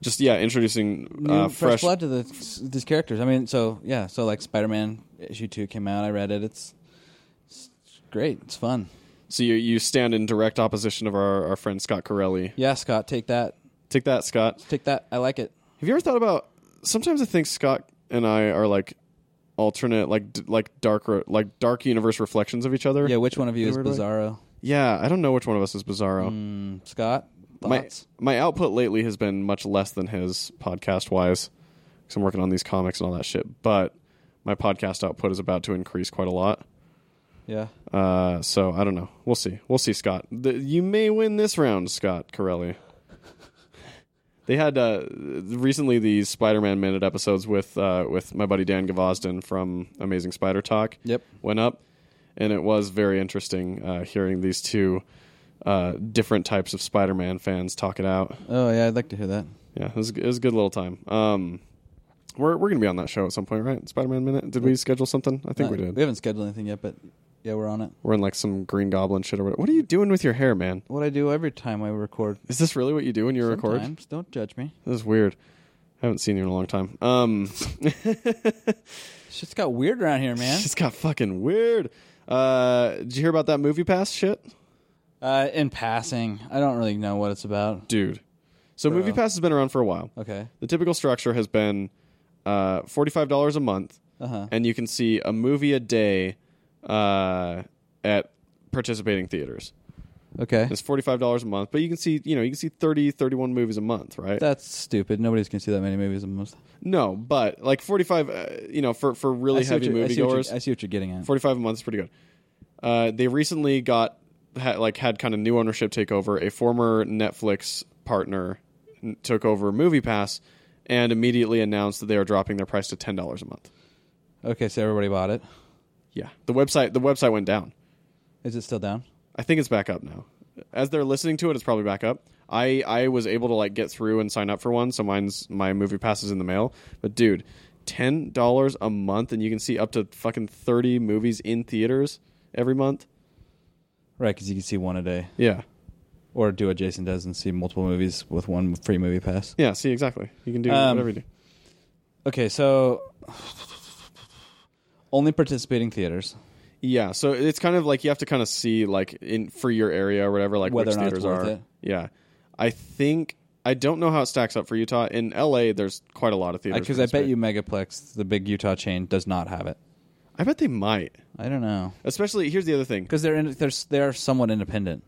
Speaker 1: Just yeah, introducing
Speaker 2: new
Speaker 1: uh,
Speaker 2: fresh, blood to the these characters. I mean, so yeah, so like Spider Man issue two came out. I read it. It's, it's great. It's fun.
Speaker 1: So you you stand in direct opposition of our, our friend Scott Corelli.
Speaker 2: Yeah, Scott, take that,
Speaker 1: Take that, Scott.
Speaker 2: take that. I like it.
Speaker 1: Have you ever thought about sometimes I think Scott and I are like alternate, like d- like dark, re- like dark universe reflections of each other.
Speaker 2: Yeah, which one of you is
Speaker 1: Weird way.
Speaker 2: Bizarro?
Speaker 1: Yeah, I don't know which one of us is Bizarro.
Speaker 2: Mm, Scott?
Speaker 1: my
Speaker 2: Thoughts?
Speaker 1: my output lately has been much less than his podcast wise, because I'm working on these comics and all that shit. But my podcast output is about to increase quite a lot.
Speaker 2: yeah.
Speaker 1: Uh, so I don't know. We'll see. We'll see, Scott. The, you may win this round, Scott Corelli. They had uh, recently these Spider-Man minute episodes with uh, with my buddy Dan Gavazdin from Amazing Spider Talk.
Speaker 2: Yep.
Speaker 1: went up, and it was very interesting uh, hearing these two uh, different types of Spider-Man fans talk it out.
Speaker 2: Oh, yeah, I'd like to hear that.
Speaker 1: Yeah, it was, it was a good little time. Um, we're we're gonna be on that show at some point, right? Spider-Man minute. Did we schedule something? I think
Speaker 2: Uh,
Speaker 1: we did.
Speaker 2: We haven't scheduled anything yet, but yeah, we're on it.
Speaker 1: We're in like some Green Goblin shit or whatever. What are you doing with your hair, man?
Speaker 2: What I do every time I record.
Speaker 1: Is this really what you do when you record?
Speaker 2: Sometimes. Don't judge me.
Speaker 1: This is weird. I haven't seen you in a long time. Um,
Speaker 2: Shit's got weird around here, man.
Speaker 1: it's got fucking weird. Uh, did you hear about that movie pass shit,
Speaker 2: Uh, in passing, I don't really know what it's about.
Speaker 1: dude? So movie pass has been around for a while.
Speaker 2: Okay.
Speaker 1: The typical structure has been uh, forty-five dollars a month,
Speaker 2: Uh huh.
Speaker 1: and you can see a movie a day uh, at participating theaters.
Speaker 2: Okay.
Speaker 1: It's $45 a month, but you can see, you know, you can see 30, 31 movies a month, right?
Speaker 2: That's stupid. Nobody's gonna see that many movies a month.
Speaker 1: no, but like 45, uh, you know, for, for really
Speaker 2: I see what
Speaker 1: heavy
Speaker 2: you're- I see what you're-
Speaker 1: moviegoers,
Speaker 2: I see what you're getting at.
Speaker 1: 45 a month is pretty good. Uh, they recently got, ha- like, had kind of new ownership take over. A former Netflix partner n- took over MoviePass and immediately announced that they are dropping their price to $10 a month.
Speaker 2: okay, so everybody bought it.
Speaker 1: Yeah. The website, the website went down.
Speaker 2: Is it still down?
Speaker 1: I think it's back up now. As they're listening to it, it's probably back up. I I was able to like get through and sign up for one, so mine's my movie pass is in the mail. But dude, ten dollars a month and you can see up to fucking thirty movies in theaters every month.
Speaker 2: Right, because you can see one a day,
Speaker 1: Yeah,
Speaker 2: or do what Jason does and see multiple movies with one free movie pass.
Speaker 1: yeah. See, exactly. You can do
Speaker 2: Um,
Speaker 1: whatever you do.
Speaker 2: Okay, so only participating theaters.
Speaker 1: Yeah, so it's kind of like you have to kind of see like in for your area or whatever, like
Speaker 2: Whether
Speaker 1: which
Speaker 2: or not it's
Speaker 1: theaters
Speaker 2: worth
Speaker 1: are.
Speaker 2: it.
Speaker 1: Yeah, I think I don't know how it stacks up for Utah. In LA, there's quite a lot of theaters.
Speaker 2: Because Uh, I bet
Speaker 1: participating.
Speaker 2: you Megaplex, the big Utah chain, does not have it.
Speaker 1: I bet they might.
Speaker 2: I don't know
Speaker 1: Especially here's the other thing.
Speaker 2: because they're in, they're s- they are somewhat independent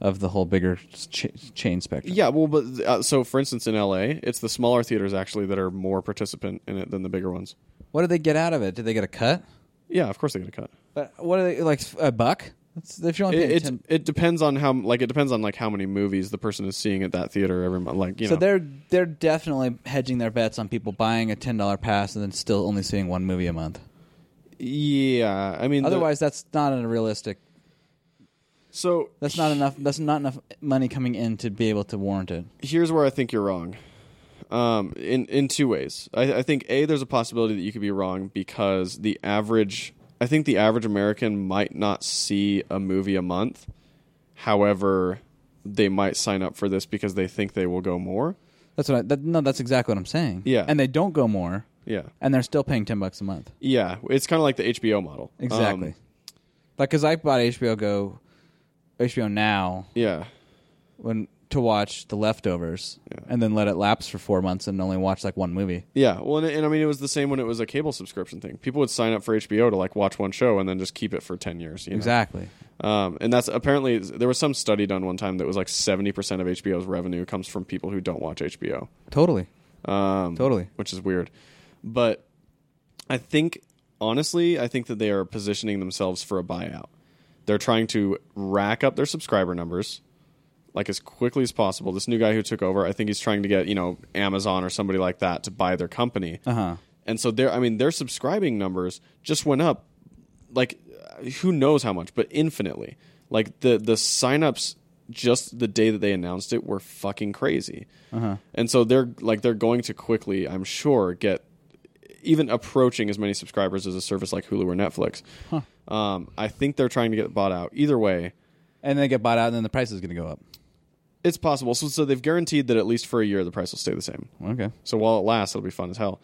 Speaker 2: of the whole bigger ch- chain spectrum.
Speaker 1: Yeah, well, but uh, so for instance, in LA, it's the smaller theaters actually that are more participant in it than the bigger ones.
Speaker 2: What did they get out of it? Did they get a cut?
Speaker 1: Yeah, of course they get a cut.
Speaker 2: But what are they like f- a buck? That's, if you're only
Speaker 1: It
Speaker 2: paying
Speaker 1: it's,
Speaker 2: ten,
Speaker 1: it depends on how like it depends on like how many movies the person is seeing at that theater every month. Like you
Speaker 2: so
Speaker 1: know,
Speaker 2: they're they're definitely hedging their bets on people buying a ten dollar pass and then still only seeing one movie a month.
Speaker 1: yeah. I mean, the-
Speaker 2: Otherwise, that's not a realistic.
Speaker 1: so
Speaker 2: That's not enough. That's not enough money coming in to be able to warrant it.
Speaker 1: here's where I think you're wrong. Um, in in two ways, I, I think a there's a possibility that you could be wrong because the average, I think the average American might not see a movie a month. However, they might sign up for this because they think they will go more.
Speaker 2: That's what. I, that, no, that's exactly what I'm saying.
Speaker 1: Yeah.
Speaker 2: and they don't go more,
Speaker 1: Yeah,
Speaker 2: and they're still paying ten bucks a month.
Speaker 1: yeah, it's kind of like the HBO model. Um,
Speaker 2: Exactly. like, because I bought HBO Go, HBO Now,
Speaker 1: yeah,
Speaker 2: when to watch The Leftovers, and then let it lapse for four months and only watch like one movie.
Speaker 1: yeah. Well, and, and I mean, it was the same when it was a cable subscription thing. People would sign up for HBO to like watch one show and then just keep it for ten years. You know?
Speaker 2: Exactly.
Speaker 1: Um, and that's apparently there was some study done one time that was like seventy percent of HBO's revenue comes from people who don't watch HBO,
Speaker 2: Totally.
Speaker 1: um,
Speaker 2: Totally.
Speaker 1: which is weird. But I think honestly, I think that they are positioning themselves for a buyout. They're trying to rack up their subscriber numbers like as quickly as possible. This new guy who took over, I think he's trying to get you know Amazon or somebody like that to buy their company.
Speaker 2: Uh huh.
Speaker 1: And so their I mean their subscribing numbers just went up like uh, who knows how much, but infinitely. Like the the signups just the day that they announced it were fucking crazy. And so they're like they're going to quickly, I'm sure, get even approaching as many subscribers as a service like Hulu or Netflix. Um, I think they're trying to get bought out. Either way,
Speaker 2: and they get bought out, and then the price is going to go up.
Speaker 1: it's possible. So so they've guaranteed that at least for a year the price will stay the same.
Speaker 2: Okay.
Speaker 1: So while it lasts, it'll be fun as hell.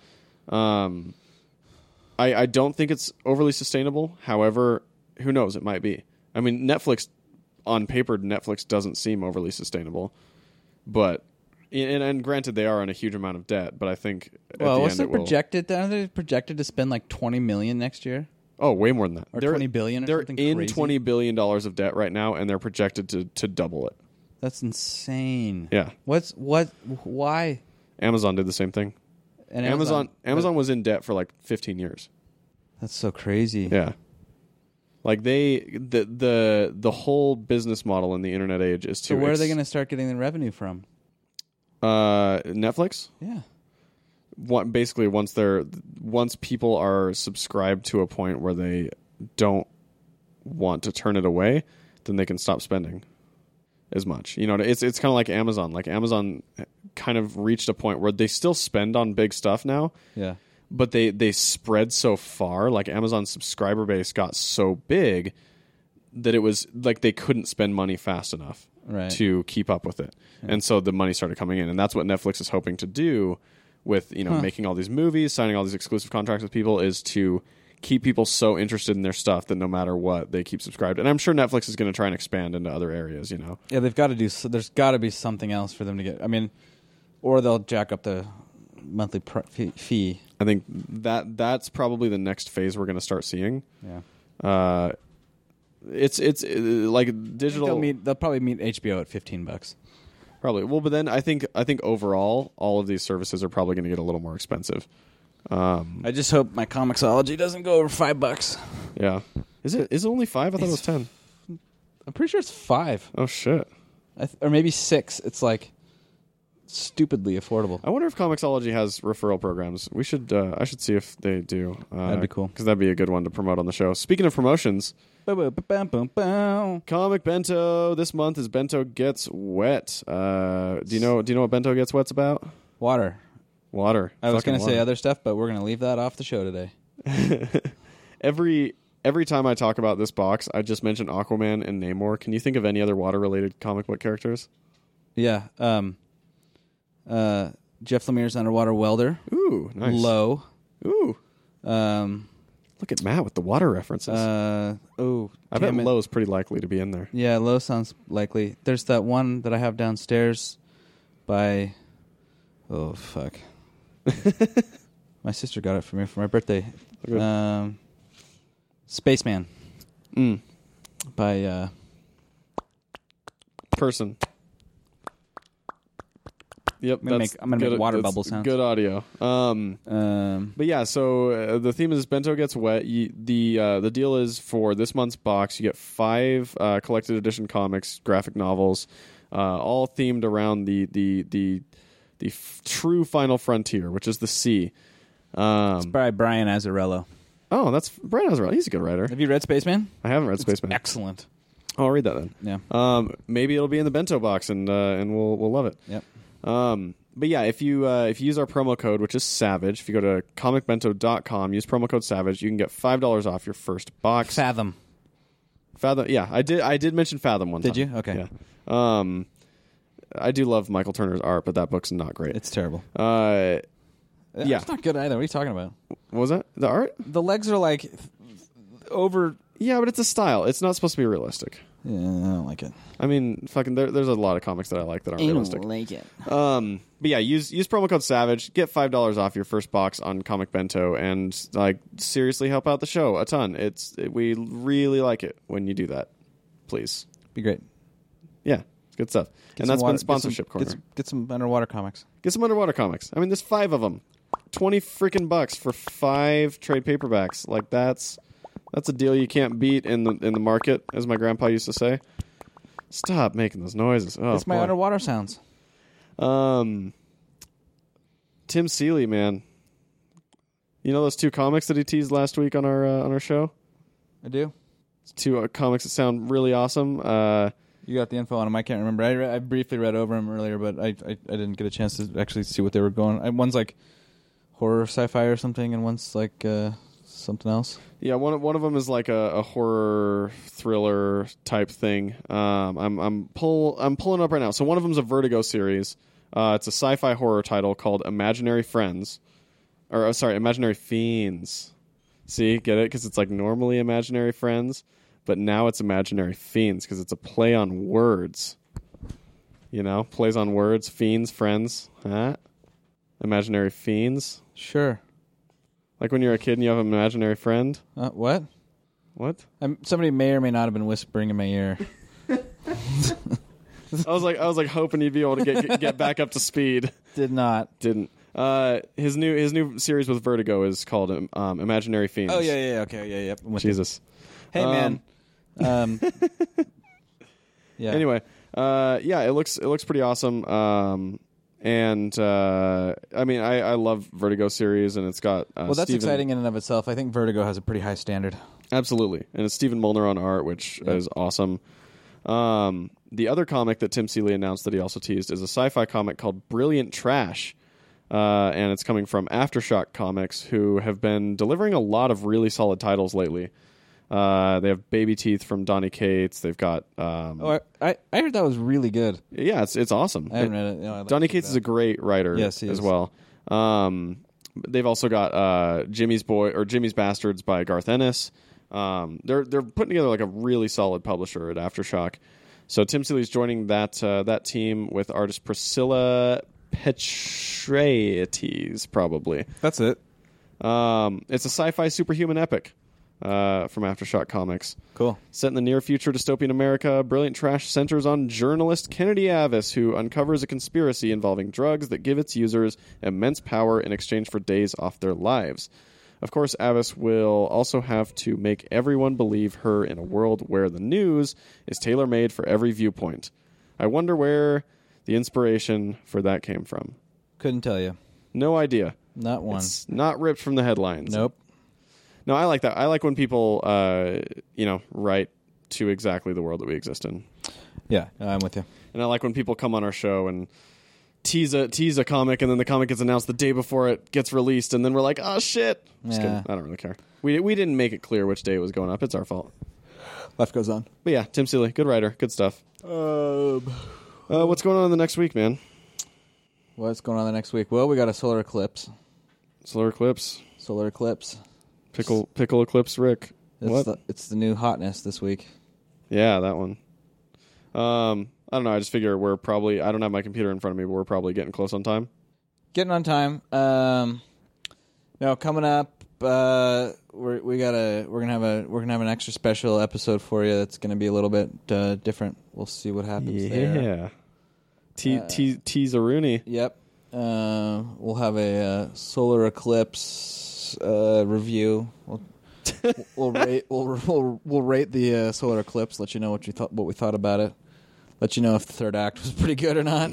Speaker 1: Um, I I don't think it's overly sustainable. However, who knows? It might be. I mean, Netflix on paper, Netflix doesn't seem overly sustainable, but And, and granted, they are on a huge amount of debt, but I think at
Speaker 2: Well,
Speaker 1: the end
Speaker 2: what's their
Speaker 1: it will.
Speaker 2: projected? Aren't they projected to spend like twenty million next year?
Speaker 1: Oh, way more than that.
Speaker 2: Or 20 billion or
Speaker 1: they're
Speaker 2: something
Speaker 1: in
Speaker 2: crazy?
Speaker 1: twenty billion dollars of debt right now, and they're projected to to double it.
Speaker 2: That's insane.
Speaker 1: Yeah.
Speaker 2: What's what? Why?
Speaker 1: Amazon did the same thing.
Speaker 2: And
Speaker 1: Amazon Amazon was in debt for like fifteen years.
Speaker 2: That's so crazy.
Speaker 1: Yeah. Like they the the the whole business model in the internet age is to
Speaker 2: So where are they going to start getting the revenue from?
Speaker 1: to uh Netflix?
Speaker 2: Yeah.
Speaker 1: What basically once they're once people are subscribed to a point where they don't want to turn it away, then they can stop spending as much. You know, it's it's kind of like Amazon. Like Amazon kind of reached a point where they still spend on big stuff now,
Speaker 2: Yeah.
Speaker 1: but they they spread so far like amazon's subscriber base got so big that it was like they couldn't spend money fast enough
Speaker 2: Right.
Speaker 1: to keep up with it and so the money started coming in and that's what netflix is hoping to do with you know making all these movies signing all these exclusive contracts with people is to keep people so interested in their stuff that no matter what they keep subscribed and i'm sure netflix is going to try and expand into other areas you know
Speaker 2: Yeah, they've got to do. So there's got to be something else for them to get. I mean, or they'll jack up the monthly pr- fee- fee.
Speaker 1: i think that that's probably the next phase we're going to start seeing
Speaker 2: Yeah.
Speaker 1: uh, it's it's uh, like digital
Speaker 2: They'll meet. They'll probably meet HBO at fifteen bucks.
Speaker 1: probably well but then i think i think overall all of these services are probably going to get a little more expensive um
Speaker 2: Mm. I just hope my Comixology doesn't go over five bucks.
Speaker 1: yeah is it is it only five i thought it was
Speaker 2: It's-
Speaker 1: ten.
Speaker 2: I'm pretty sure it's five,
Speaker 1: Oh shit
Speaker 2: I th- or maybe six. It's like stupidly affordable.
Speaker 1: i wonder if comixology has referral programs we should uh, i should see if they do uh,
Speaker 2: That'd be cool.
Speaker 1: because that'd be a good one to promote on the show speaking of promotions
Speaker 2: Boom,
Speaker 1: comic bento this month is bento gets wet uh do you know do you know what bento gets wet's about
Speaker 2: Water.
Speaker 1: water
Speaker 2: I was
Speaker 1: Fucking
Speaker 2: going to say
Speaker 1: water.
Speaker 2: other stuff, but we're going to leave that off the show today.
Speaker 1: every every time I talk about this box, I just mention Aquaman and Namor. Can you think of any other water related comic book characters?
Speaker 2: Yeah. Um, uh, Jeff Lemire's underwater welder.
Speaker 1: Ooh, nice.
Speaker 2: Low.
Speaker 1: Ooh,
Speaker 2: Um,
Speaker 1: look at Matt with the water references.
Speaker 2: uh, oh,
Speaker 1: I bet
Speaker 2: damn it.
Speaker 1: Low is pretty likely to be in there.
Speaker 2: Yeah, low sounds likely. There's that one that I have downstairs by. Oh fuck! my sister got it for me for my birthday.
Speaker 1: Okay.
Speaker 2: Um, Spaceman
Speaker 1: Mm.
Speaker 2: by uh,
Speaker 1: Person. Yep,
Speaker 2: I'm gonna
Speaker 1: that's
Speaker 2: make- I'm gonna make
Speaker 1: good-
Speaker 2: water
Speaker 1: that's
Speaker 2: bubble sounds.
Speaker 1: Good audio. Um,
Speaker 2: um,
Speaker 1: But yeah, so uh, the theme is bento gets wet. You, the uh, the deal is for this month's box, you get five uh, collected edition comics, graphic novels, uh, all themed around the the the the f- true final frontier, which is the sea. Um,
Speaker 2: by Brian Azzarello.
Speaker 1: oh, that's Brian Azzarello. He's a good writer.
Speaker 2: Have you read Spaceman?
Speaker 1: I haven't read Spaceman.
Speaker 2: Excellent.
Speaker 1: Oh, I'll read that then.
Speaker 2: Yeah.
Speaker 1: Um, maybe it'll be in the bento box, and uh, and we'll we'll love it.
Speaker 2: Yep.
Speaker 1: Um, but yeah, if you uh, if you use our promo code, which is Savage, if you go to comicbento.com, use promo code Savage, you can get five dollars off your first box.
Speaker 2: Fathom.
Speaker 1: Fathom, yeah, I did I did mention Fathom one
Speaker 2: Did
Speaker 1: time.
Speaker 2: you? Okay.
Speaker 1: Yeah. Um, I do love Michael Turner's art, but that book's not great.
Speaker 2: It's terrible.
Speaker 1: uh, Yeah.
Speaker 2: It's not good either. What are you talking about?
Speaker 1: what was that the art?
Speaker 2: The legs are like over.
Speaker 1: Yeah, but it's a style. It's not supposed to be realistic.
Speaker 2: Yeah, I don't like it.
Speaker 1: I mean, fucking, there, there's a lot of comics that I like that aren't realistic.
Speaker 2: like it.
Speaker 1: Um, but yeah, use use promo code Savage, get five dollars off your first box on Comic Bento, and like seriously help out the show a ton. It's it, we really like it when you do that. Please,
Speaker 2: Be great.
Speaker 1: yeah, it's good stuff. and that's
Speaker 2: that's
Speaker 1: been sponsorship
Speaker 2: get some,
Speaker 1: corner. Get some,
Speaker 2: Get, some underwater comics.
Speaker 1: underwater comics. I mean, there's five of them, twenty freaking bucks for five trade paperbacks. Like that's that's a deal you can't beat in the in the market, as my grandpa used to say. Stop making those noises. Oh,
Speaker 2: It's my
Speaker 1: boy.
Speaker 2: underwater sounds.
Speaker 1: Um, Tim Seeley, man. You know those two comics that he teased last week on our uh, on our show?
Speaker 2: I do.
Speaker 1: It's two uh, comics that sound really awesome. Uh,
Speaker 2: You got the info on them. I can't remember. I, re- I briefly read over them earlier, but I, I I didn't get a chance to actually see what they were going. I, one's like horror sci-fi or something, and one's like uh, something else.
Speaker 1: yeah, one of- one of them is like a, a horror thriller type thing. Um, I'm I'm pull I'm pulling up right now. So one of them's a Vertigo series. Uh, it's a sci-fi horror title called Imaginary Friends, or oh, sorry, Imaginary Fiends. See, get it? Because it's like normally Imaginary Friends, but now it's Imaginary Fiends because it's a play on words. You know, plays on words, fiends, friends, huh? Imaginary fiends.
Speaker 2: Sure.
Speaker 1: Like when you're a kid and you have an imaginary friend.
Speaker 2: Uh, what?
Speaker 1: What?
Speaker 2: Um somebody may or may not have been whispering in my ear.
Speaker 1: I was like, I was like hoping he'd be able to get get, get back up to speed.
Speaker 2: Did not.
Speaker 1: Didn't. Uh, his new his new series with Vertigo is called um, um, Imaginary Fiends.
Speaker 2: Oh yeah, yeah, yeah, okay, yeah, yeah. I'm with you.
Speaker 1: Jesus.
Speaker 2: Hey
Speaker 1: Um,
Speaker 2: man. Um, yeah.
Speaker 1: Anyway, uh, yeah, it looks it looks pretty awesome. Um, and uh, I mean, I, I love Vertigo series, and it's got uh,
Speaker 2: Well, that's
Speaker 1: Steven-
Speaker 2: exciting in and of itself. I think Vertigo has a pretty high standard.
Speaker 1: Absolutely, and it's Stephen Mulner on art, which is awesome. Um, the other comic that Tim Seeley announced that he also teased is a sci-fi comic called Brilliant Trash, uh, and it's coming from Aftershock Comics, who have been delivering a lot of really solid titles lately. Uh, they have Baby Teeth from Donny Cates. They've got um,
Speaker 2: Oh, I, I, I heard that was really good.
Speaker 1: yeah, it's it's awesome.
Speaker 2: I haven't read it. No, I'd like
Speaker 1: Donny
Speaker 2: to read
Speaker 1: Cates is a great writer
Speaker 2: Yes, he
Speaker 1: as
Speaker 2: is.
Speaker 1: well. Um, they've also got uh, Jimmy's Boy or Jimmy's Bastards by Garth Ennis. Um, they're they're putting together like a really solid publisher at Aftershock. So Tim Seeley's joining that uh, that team with artist Priscilla Petraites, probably.
Speaker 2: that. That's it.
Speaker 1: Um, it's a sci-fi superhuman epic uh, from Aftershock Comics.
Speaker 2: Cool.
Speaker 1: Set in the near future dystopian America, Brilliant Trash centers on journalist Kennedy Avis, who uncovers a conspiracy involving drugs that give its users immense power in exchange for days off their lives. Of course, Avis will also have to make everyone believe her in a world where the news is tailor made for every viewpoint. I wonder where the inspiration for that came from.
Speaker 2: Couldn't tell you.
Speaker 1: No idea.
Speaker 2: Not one.
Speaker 1: It's not ripped from the headlines.
Speaker 2: nope.
Speaker 1: No, I like that. I like when people, uh, you know, write to exactly the world that we exist in.
Speaker 2: Yeah, no, I'm with you.
Speaker 1: And I like when people come on our show and tease a tease a comic, and then the comic gets announced the day before it gets released, and then we're like, oh shit. Just
Speaker 2: Yeah.
Speaker 1: kidding. I don't really care. We we didn't make it clear which day it was going up. It's our fault.
Speaker 2: Life goes on.
Speaker 1: But yeah, Tim Seeley, good writer, good stuff.
Speaker 2: Um,
Speaker 1: Uh, what's going on in the next week, man?
Speaker 2: what's going on the next week? Well, we got a solar eclipse.
Speaker 1: Solar eclipse,
Speaker 2: Solar eclipse.
Speaker 1: pickle pickle eclipse, Rick.
Speaker 2: It's
Speaker 1: what?
Speaker 2: The, it's the new hotness this week.
Speaker 1: Yeah, that one. Um, I don't know. I just figure we're probably. I don't have my computer in front of me, but we're probably getting close on time.
Speaker 2: Getting on time. Um, no, coming up. Uh, we're, we got a we're gonna have a we're gonna have an extra special episode for you. That's gonna be a little bit uh, different. We'll see what happens there.
Speaker 1: Yeah. T
Speaker 2: Uh,
Speaker 1: T T's a Rooney.
Speaker 2: Yep. Uh, we'll have a uh, solar eclipse uh, review. We'll we'll rate we'll we'll, we'll rate the uh, solar eclipse. Let you know what you thought what we thought about it. Let you know if the third act was pretty good or not.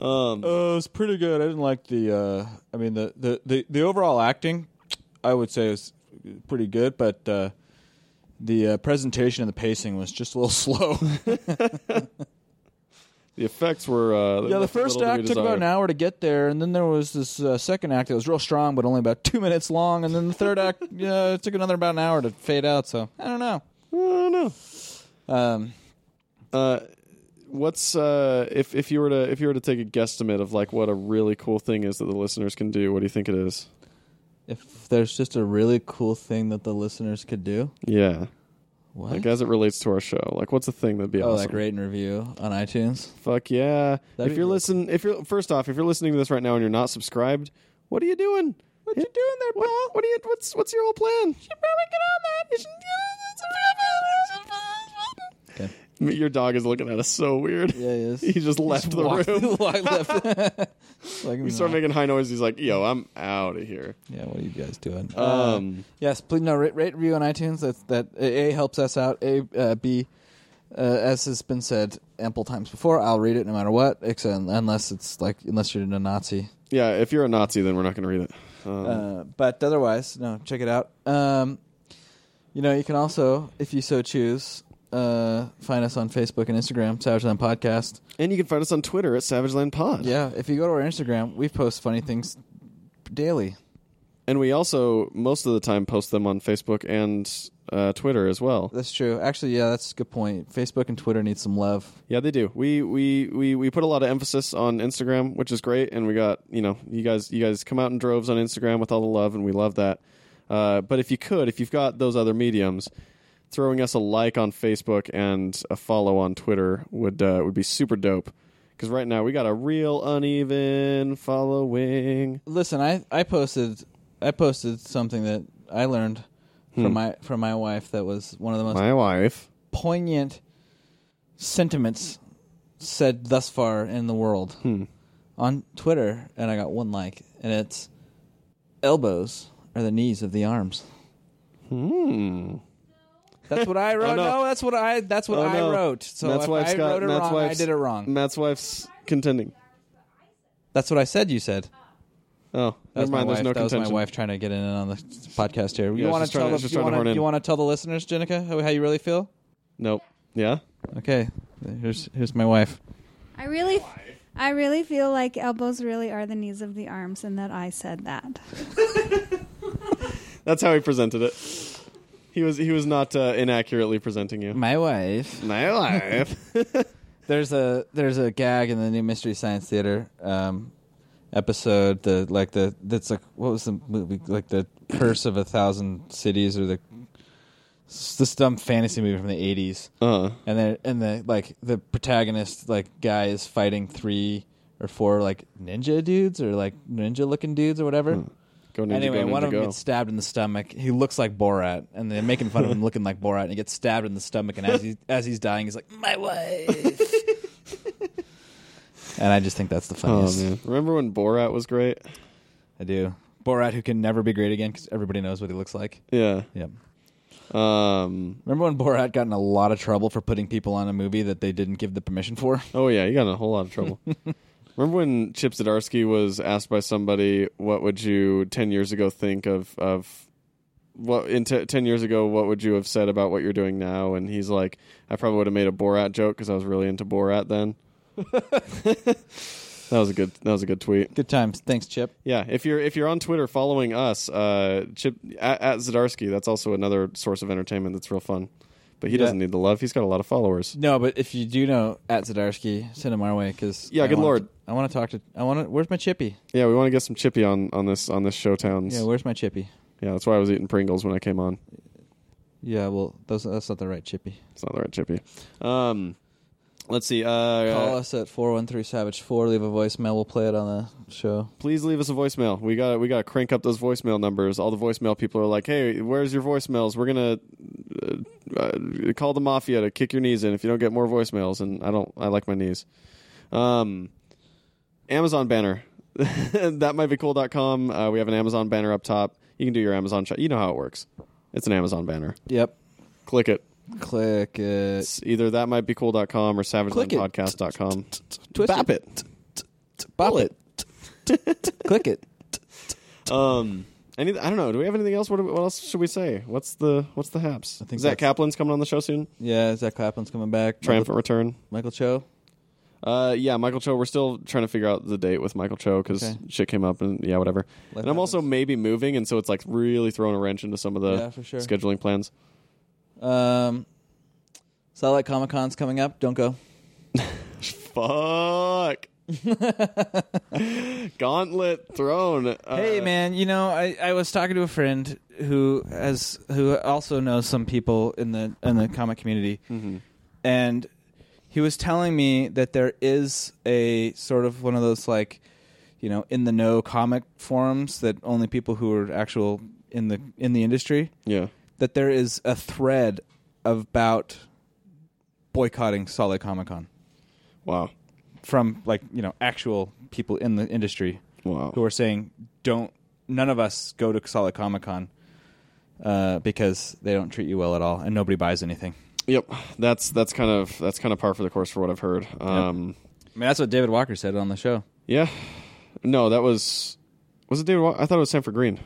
Speaker 1: Um,
Speaker 2: Uh, it was pretty good. I didn't like the. Uh, I mean, the, the, the, the overall acting, I would say, is pretty good, but uh, the uh, presentation and the pacing was just a little slow.
Speaker 1: the effects were. Uh,
Speaker 2: yeah, the
Speaker 1: left
Speaker 2: first
Speaker 1: little to be
Speaker 2: act took about
Speaker 1: desired.
Speaker 2: an hour to get there, and then there was this uh, second act that was real strong, but only about two minutes long, and then the third act uh, it took another about an hour to fade out. So I don't know.
Speaker 1: I don't
Speaker 2: Um,
Speaker 1: know. Uh, what's uh, if if you were to if you were to take a guesstimate of like what a really cool thing is that the listeners can do? What do you think it is?
Speaker 2: if there's just a really cool thing that the listeners could do,
Speaker 1: Yeah,
Speaker 2: what?
Speaker 1: like as it relates to our show, like what's a thing that'd be
Speaker 2: oh,
Speaker 1: awesome?
Speaker 2: like rate and review on iTunes.
Speaker 1: Fuck yeah!
Speaker 2: That'd
Speaker 1: if
Speaker 2: be
Speaker 1: you're
Speaker 2: really
Speaker 1: listening, if you're first off, if you're listening to this right now and you're not subscribed, what are you doing? What you doing there, what, pal? What are you? What's what's your whole plan? You should probably get on that.
Speaker 2: Okay.
Speaker 1: Your dog is looking at us so weird.
Speaker 2: Yeah, he is.
Speaker 1: He just left the
Speaker 2: Walked-
Speaker 1: room.
Speaker 2: I left. Like,
Speaker 1: He started making high noise. He's like, "Yo, I'm out of here."
Speaker 2: yeah, what are you guys doing?
Speaker 1: Um,
Speaker 2: yes, please no rate, rate review on iTunes. That's that a A helps us out. A uh, B, uh, as has been said ample times before, I'll read it no matter what, except unless it's like unless you're a Nazi.
Speaker 1: yeah, if you're a Nazi, then we're not going to read it. Um,
Speaker 2: Uh, but otherwise, no, check it out. Um, you know, you can also, if you so choose, uh, find us on Facebook and Instagram, Savage Land Podcast.
Speaker 1: and you can find us on Twitter at Savage Land Pod.
Speaker 2: Yeah, if you go to our Instagram, we post funny things daily.
Speaker 1: and we also most of the time post them on Facebook and uh, Twitter as well.
Speaker 2: That's true. Actually, yeah, that's a good point. Facebook and Twitter need some love.
Speaker 1: Yeah, they do. We we we we put a lot of emphasis on Instagram, which is great, and we got you know you guys you guys come out in droves on Instagram with all the love, and we love that. Uh, but if you could, if you've got those other mediums, throwing us a like on Facebook and a follow on Twitter would uh, would be super dope. Because right now we got a real uneven following.
Speaker 2: Listen, I, I posted I posted something that I learned from my from my wife that was one of the most
Speaker 1: Hmm. My wife.
Speaker 2: poignant sentiments said thus far in the world
Speaker 1: Hmm.
Speaker 2: on Twitter, and I got one like, and it's elbows are the knees of the arms.
Speaker 1: Hmm. Oh,
Speaker 2: That's what I wrote.
Speaker 1: no.
Speaker 2: no. that's what I that's what
Speaker 1: Oh,
Speaker 2: I
Speaker 1: no.
Speaker 2: wrote. So
Speaker 1: Matt's
Speaker 2: if
Speaker 1: wife's
Speaker 2: I
Speaker 1: got-
Speaker 2: wrote it
Speaker 1: Matt's
Speaker 2: wrong. I
Speaker 1: wife's-
Speaker 2: did it wrong.
Speaker 1: Matt's wife's contending.
Speaker 2: That's what I said. You said.
Speaker 1: Oh,
Speaker 2: That
Speaker 1: never
Speaker 2: was
Speaker 1: mind.
Speaker 2: my
Speaker 1: There's
Speaker 2: wife.
Speaker 1: no
Speaker 2: that was
Speaker 1: contention.
Speaker 2: my wife trying to get in on the podcast here. You
Speaker 1: Yeah,
Speaker 2: want
Speaker 1: she's
Speaker 2: to tell
Speaker 1: trying to-
Speaker 2: the,
Speaker 1: she's
Speaker 2: you
Speaker 1: trying to
Speaker 2: wanna-
Speaker 1: horn in.
Speaker 2: you want to tell the listeners, Jenica, how, how you really feel?
Speaker 1: Nope. Yeah.
Speaker 2: Okay, here's here's my wife.
Speaker 4: I really, I really feel like elbows really are the knees of the arms, and that I said that.
Speaker 1: That's how he presented it. He was he was not uh, inaccurately presenting you.
Speaker 2: My wife.
Speaker 1: My wife.
Speaker 2: There's a there's a gag in the new Mystery Science Theater um, episode. The like the that's like what was the movie like the Curse of a Thousand Cities or the it's this dumb fantasy movie from the '80s.
Speaker 1: uh,
Speaker 2: And then and the like the protagonist like guy is fighting three or four like ninja dudes or like ninja looking dudes or whatever.
Speaker 1: go Hmm. ninja,
Speaker 2: Anyway,
Speaker 1: go, ninja,
Speaker 2: one of them
Speaker 1: go.
Speaker 2: gets stabbed in the stomach. He looks like Borat, and they're making fun of him looking like Borat, and he gets stabbed in the stomach. And as he as he's dying, he's like, "My wife." and I just think that's the
Speaker 1: Oh
Speaker 2: funniest.
Speaker 1: man! Remember when Borat was great?
Speaker 2: I do. Borat, who can never be great again because everybody knows what he looks like.
Speaker 1: Yeah.
Speaker 2: Yep.
Speaker 1: Um.
Speaker 2: Remember when Borat got in a lot of trouble for putting people on a movie that they didn't give the permission for?
Speaker 1: Oh yeah, you got in a whole lot of trouble. Remember when Chip Zdarsky was asked by somebody, "What would you ten years ago think of of what in t- ten years ago? What would you have said about what you're doing now?" And he's like, "I probably would have made a Borat joke because I was really into Borat then." that was a good. That was a good tweet.
Speaker 2: Good times. Thanks, Chip.
Speaker 1: Yeah, if you're if you're on Twitter following us, uh, Chip at, at Zdarsky, that's also another source of entertainment that's real fun. But he
Speaker 2: Yeah.
Speaker 1: doesn't need the love; he's got a lot of followers.
Speaker 2: No, but if you do know at Zadarsky, send him our way because
Speaker 1: Yeah, good lord.
Speaker 2: I want to talk to. I want to. Where's my Chippy?
Speaker 1: Yeah, we want to get some Chippy on on this on this show towns.
Speaker 2: Yeah, where's my Chippy?
Speaker 1: Yeah, that's why I was eating Pringles when I came on.
Speaker 2: Yeah, well, those, that's not the right Chippy.
Speaker 1: It's not the right chippy. Um, let's see. Uh,
Speaker 2: Call
Speaker 1: uh,
Speaker 2: us at 413 Savage 4. Leave a voicemail. We'll play it on the show.
Speaker 1: please leave us a voicemail. We got we got to crank up those voicemail numbers. All the voicemail people are like, "Hey, where's your voicemails? We're gonna uh, uh, call the mafia to kick your knees in if you don't get more voicemails." And I don't. I like my knees. Um, Amazon banner. that might be cool.com. Uh, we have an Amazon banner up top. You can do your Amazon. shop. you know how it works. It's an Amazon banner.
Speaker 2: Yep.
Speaker 1: Click it.
Speaker 2: Click it.
Speaker 1: It's either that might be cool.com or
Speaker 2: Click it.
Speaker 1: savagelandpodcast.com.
Speaker 2: Twist
Speaker 1: Bap it.
Speaker 2: Bop it. Click it.
Speaker 1: Um, any, I don't know. Do we have anything else? What, what else should we say? What's the What's the haps? I
Speaker 2: think
Speaker 1: Zach
Speaker 2: that's-
Speaker 1: Kaplan's coming on the show soon.
Speaker 2: Yeah, Zach Claplin's coming back.
Speaker 1: Triumphant return.
Speaker 2: Michael, Michael Cho.
Speaker 1: Uh, yeah, Michael Cho. We're still trying to figure out the date with Michael Cho because
Speaker 2: Okay.
Speaker 1: shit came up and yeah, whatever. and I'm also
Speaker 2: happens.
Speaker 1: maybe moving, and so it's like really throwing a wrench into some of the
Speaker 2: Yeah, for sure.
Speaker 1: scheduling plans.
Speaker 2: Um, Satellite Comic Con's coming up. Don't go.
Speaker 1: Fuck. Gauntlet Throne. Uh,
Speaker 2: Hey man, you know I, I was talking to a friend who has who also knows some people in the in the comic community, and he was telling me that there is a sort of one of those like, you know, in the know comic forums that only people who are actual in the in the industry
Speaker 1: Yeah.
Speaker 2: that there is a thread about boycotting Salt Lake Comic Con
Speaker 1: Wow.
Speaker 2: from like you know actual people in the industry
Speaker 1: Wow.
Speaker 2: who are saying don't none of us go to Solid Comic Con uh, because they don't treat you well at all and nobody buys anything.
Speaker 1: Yep, that's that's kind of that's kind of par for the course for what I've heard. Um,
Speaker 2: I mean that's what David Walker said on the show.
Speaker 1: Yeah, no, that was was it David? Wa- I thought it was Sanford Green.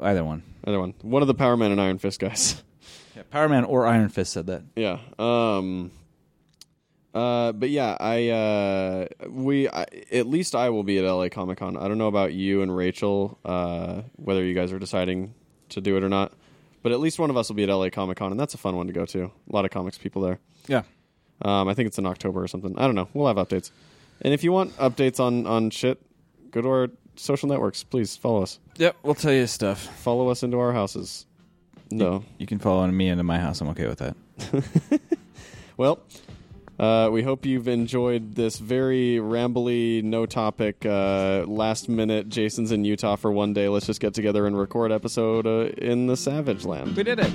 Speaker 2: Either one,
Speaker 1: Other one, one of the Power Man and Iron Fist guys.
Speaker 2: yeah, Power Man or Iron Fist said that.
Speaker 1: yeah. Um. Uh, but yeah, I uh, we I, at least I will be at LA Comic Con. I don't know about you and Rachel, uh, whether you guys are deciding to do it or not. But at least one of us will be at LA Comic Con, and that's a fun one to go to. A lot of comics people there.
Speaker 2: Yeah,
Speaker 1: Um, I think it's in October or something. I don't know. We'll have updates. And if you want updates on on shit, go to our social networks. Please follow us.
Speaker 2: yep. We'll tell you stuff.
Speaker 1: Follow us into our houses. No.
Speaker 2: You can follow me into my house. I'm okay with that.
Speaker 1: Well, uh, we hope you've enjoyed this very rambly, no topic, uh, last minute Jason's in Utah for one day. Let's just get together and record episode uh, in the Savage Land.
Speaker 2: We did it.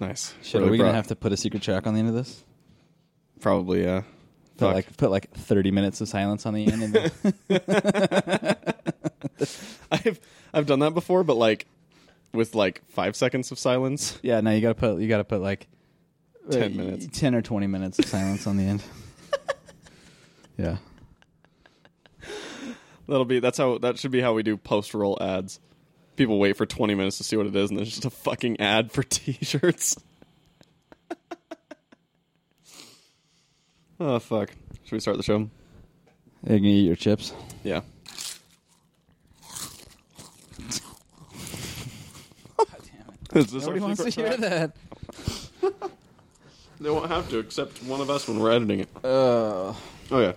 Speaker 1: Nice.
Speaker 2: Shit,
Speaker 1: Really
Speaker 2: are we gonna
Speaker 1: brought-
Speaker 2: have to put a secret track on the end of this?
Speaker 1: Probably, yeah.
Speaker 2: Put
Speaker 1: Fuck.
Speaker 2: like put like thirty minutes of silence on the end. And then-
Speaker 1: I've I've done that before, but like with like five seconds of silence.
Speaker 2: yeah, no, you gotta put you gotta put like
Speaker 1: 10
Speaker 2: uh,
Speaker 1: minutes.
Speaker 2: ten or twenty minutes of silence on the end. yeah,
Speaker 1: That'll be that's how that should be how we do post roll ads. People wait for twenty minutes to see what it is, and there's just a fucking ad for T-shirts. oh fuck! Should we start the show?
Speaker 2: you're gonna eat your chips.
Speaker 1: Yeah.
Speaker 2: God damn it!
Speaker 1: Is this
Speaker 2: Nobody wants to hear that.
Speaker 1: They won't have to, except one of us when we're editing it.
Speaker 2: Uh,
Speaker 1: Oh yeah.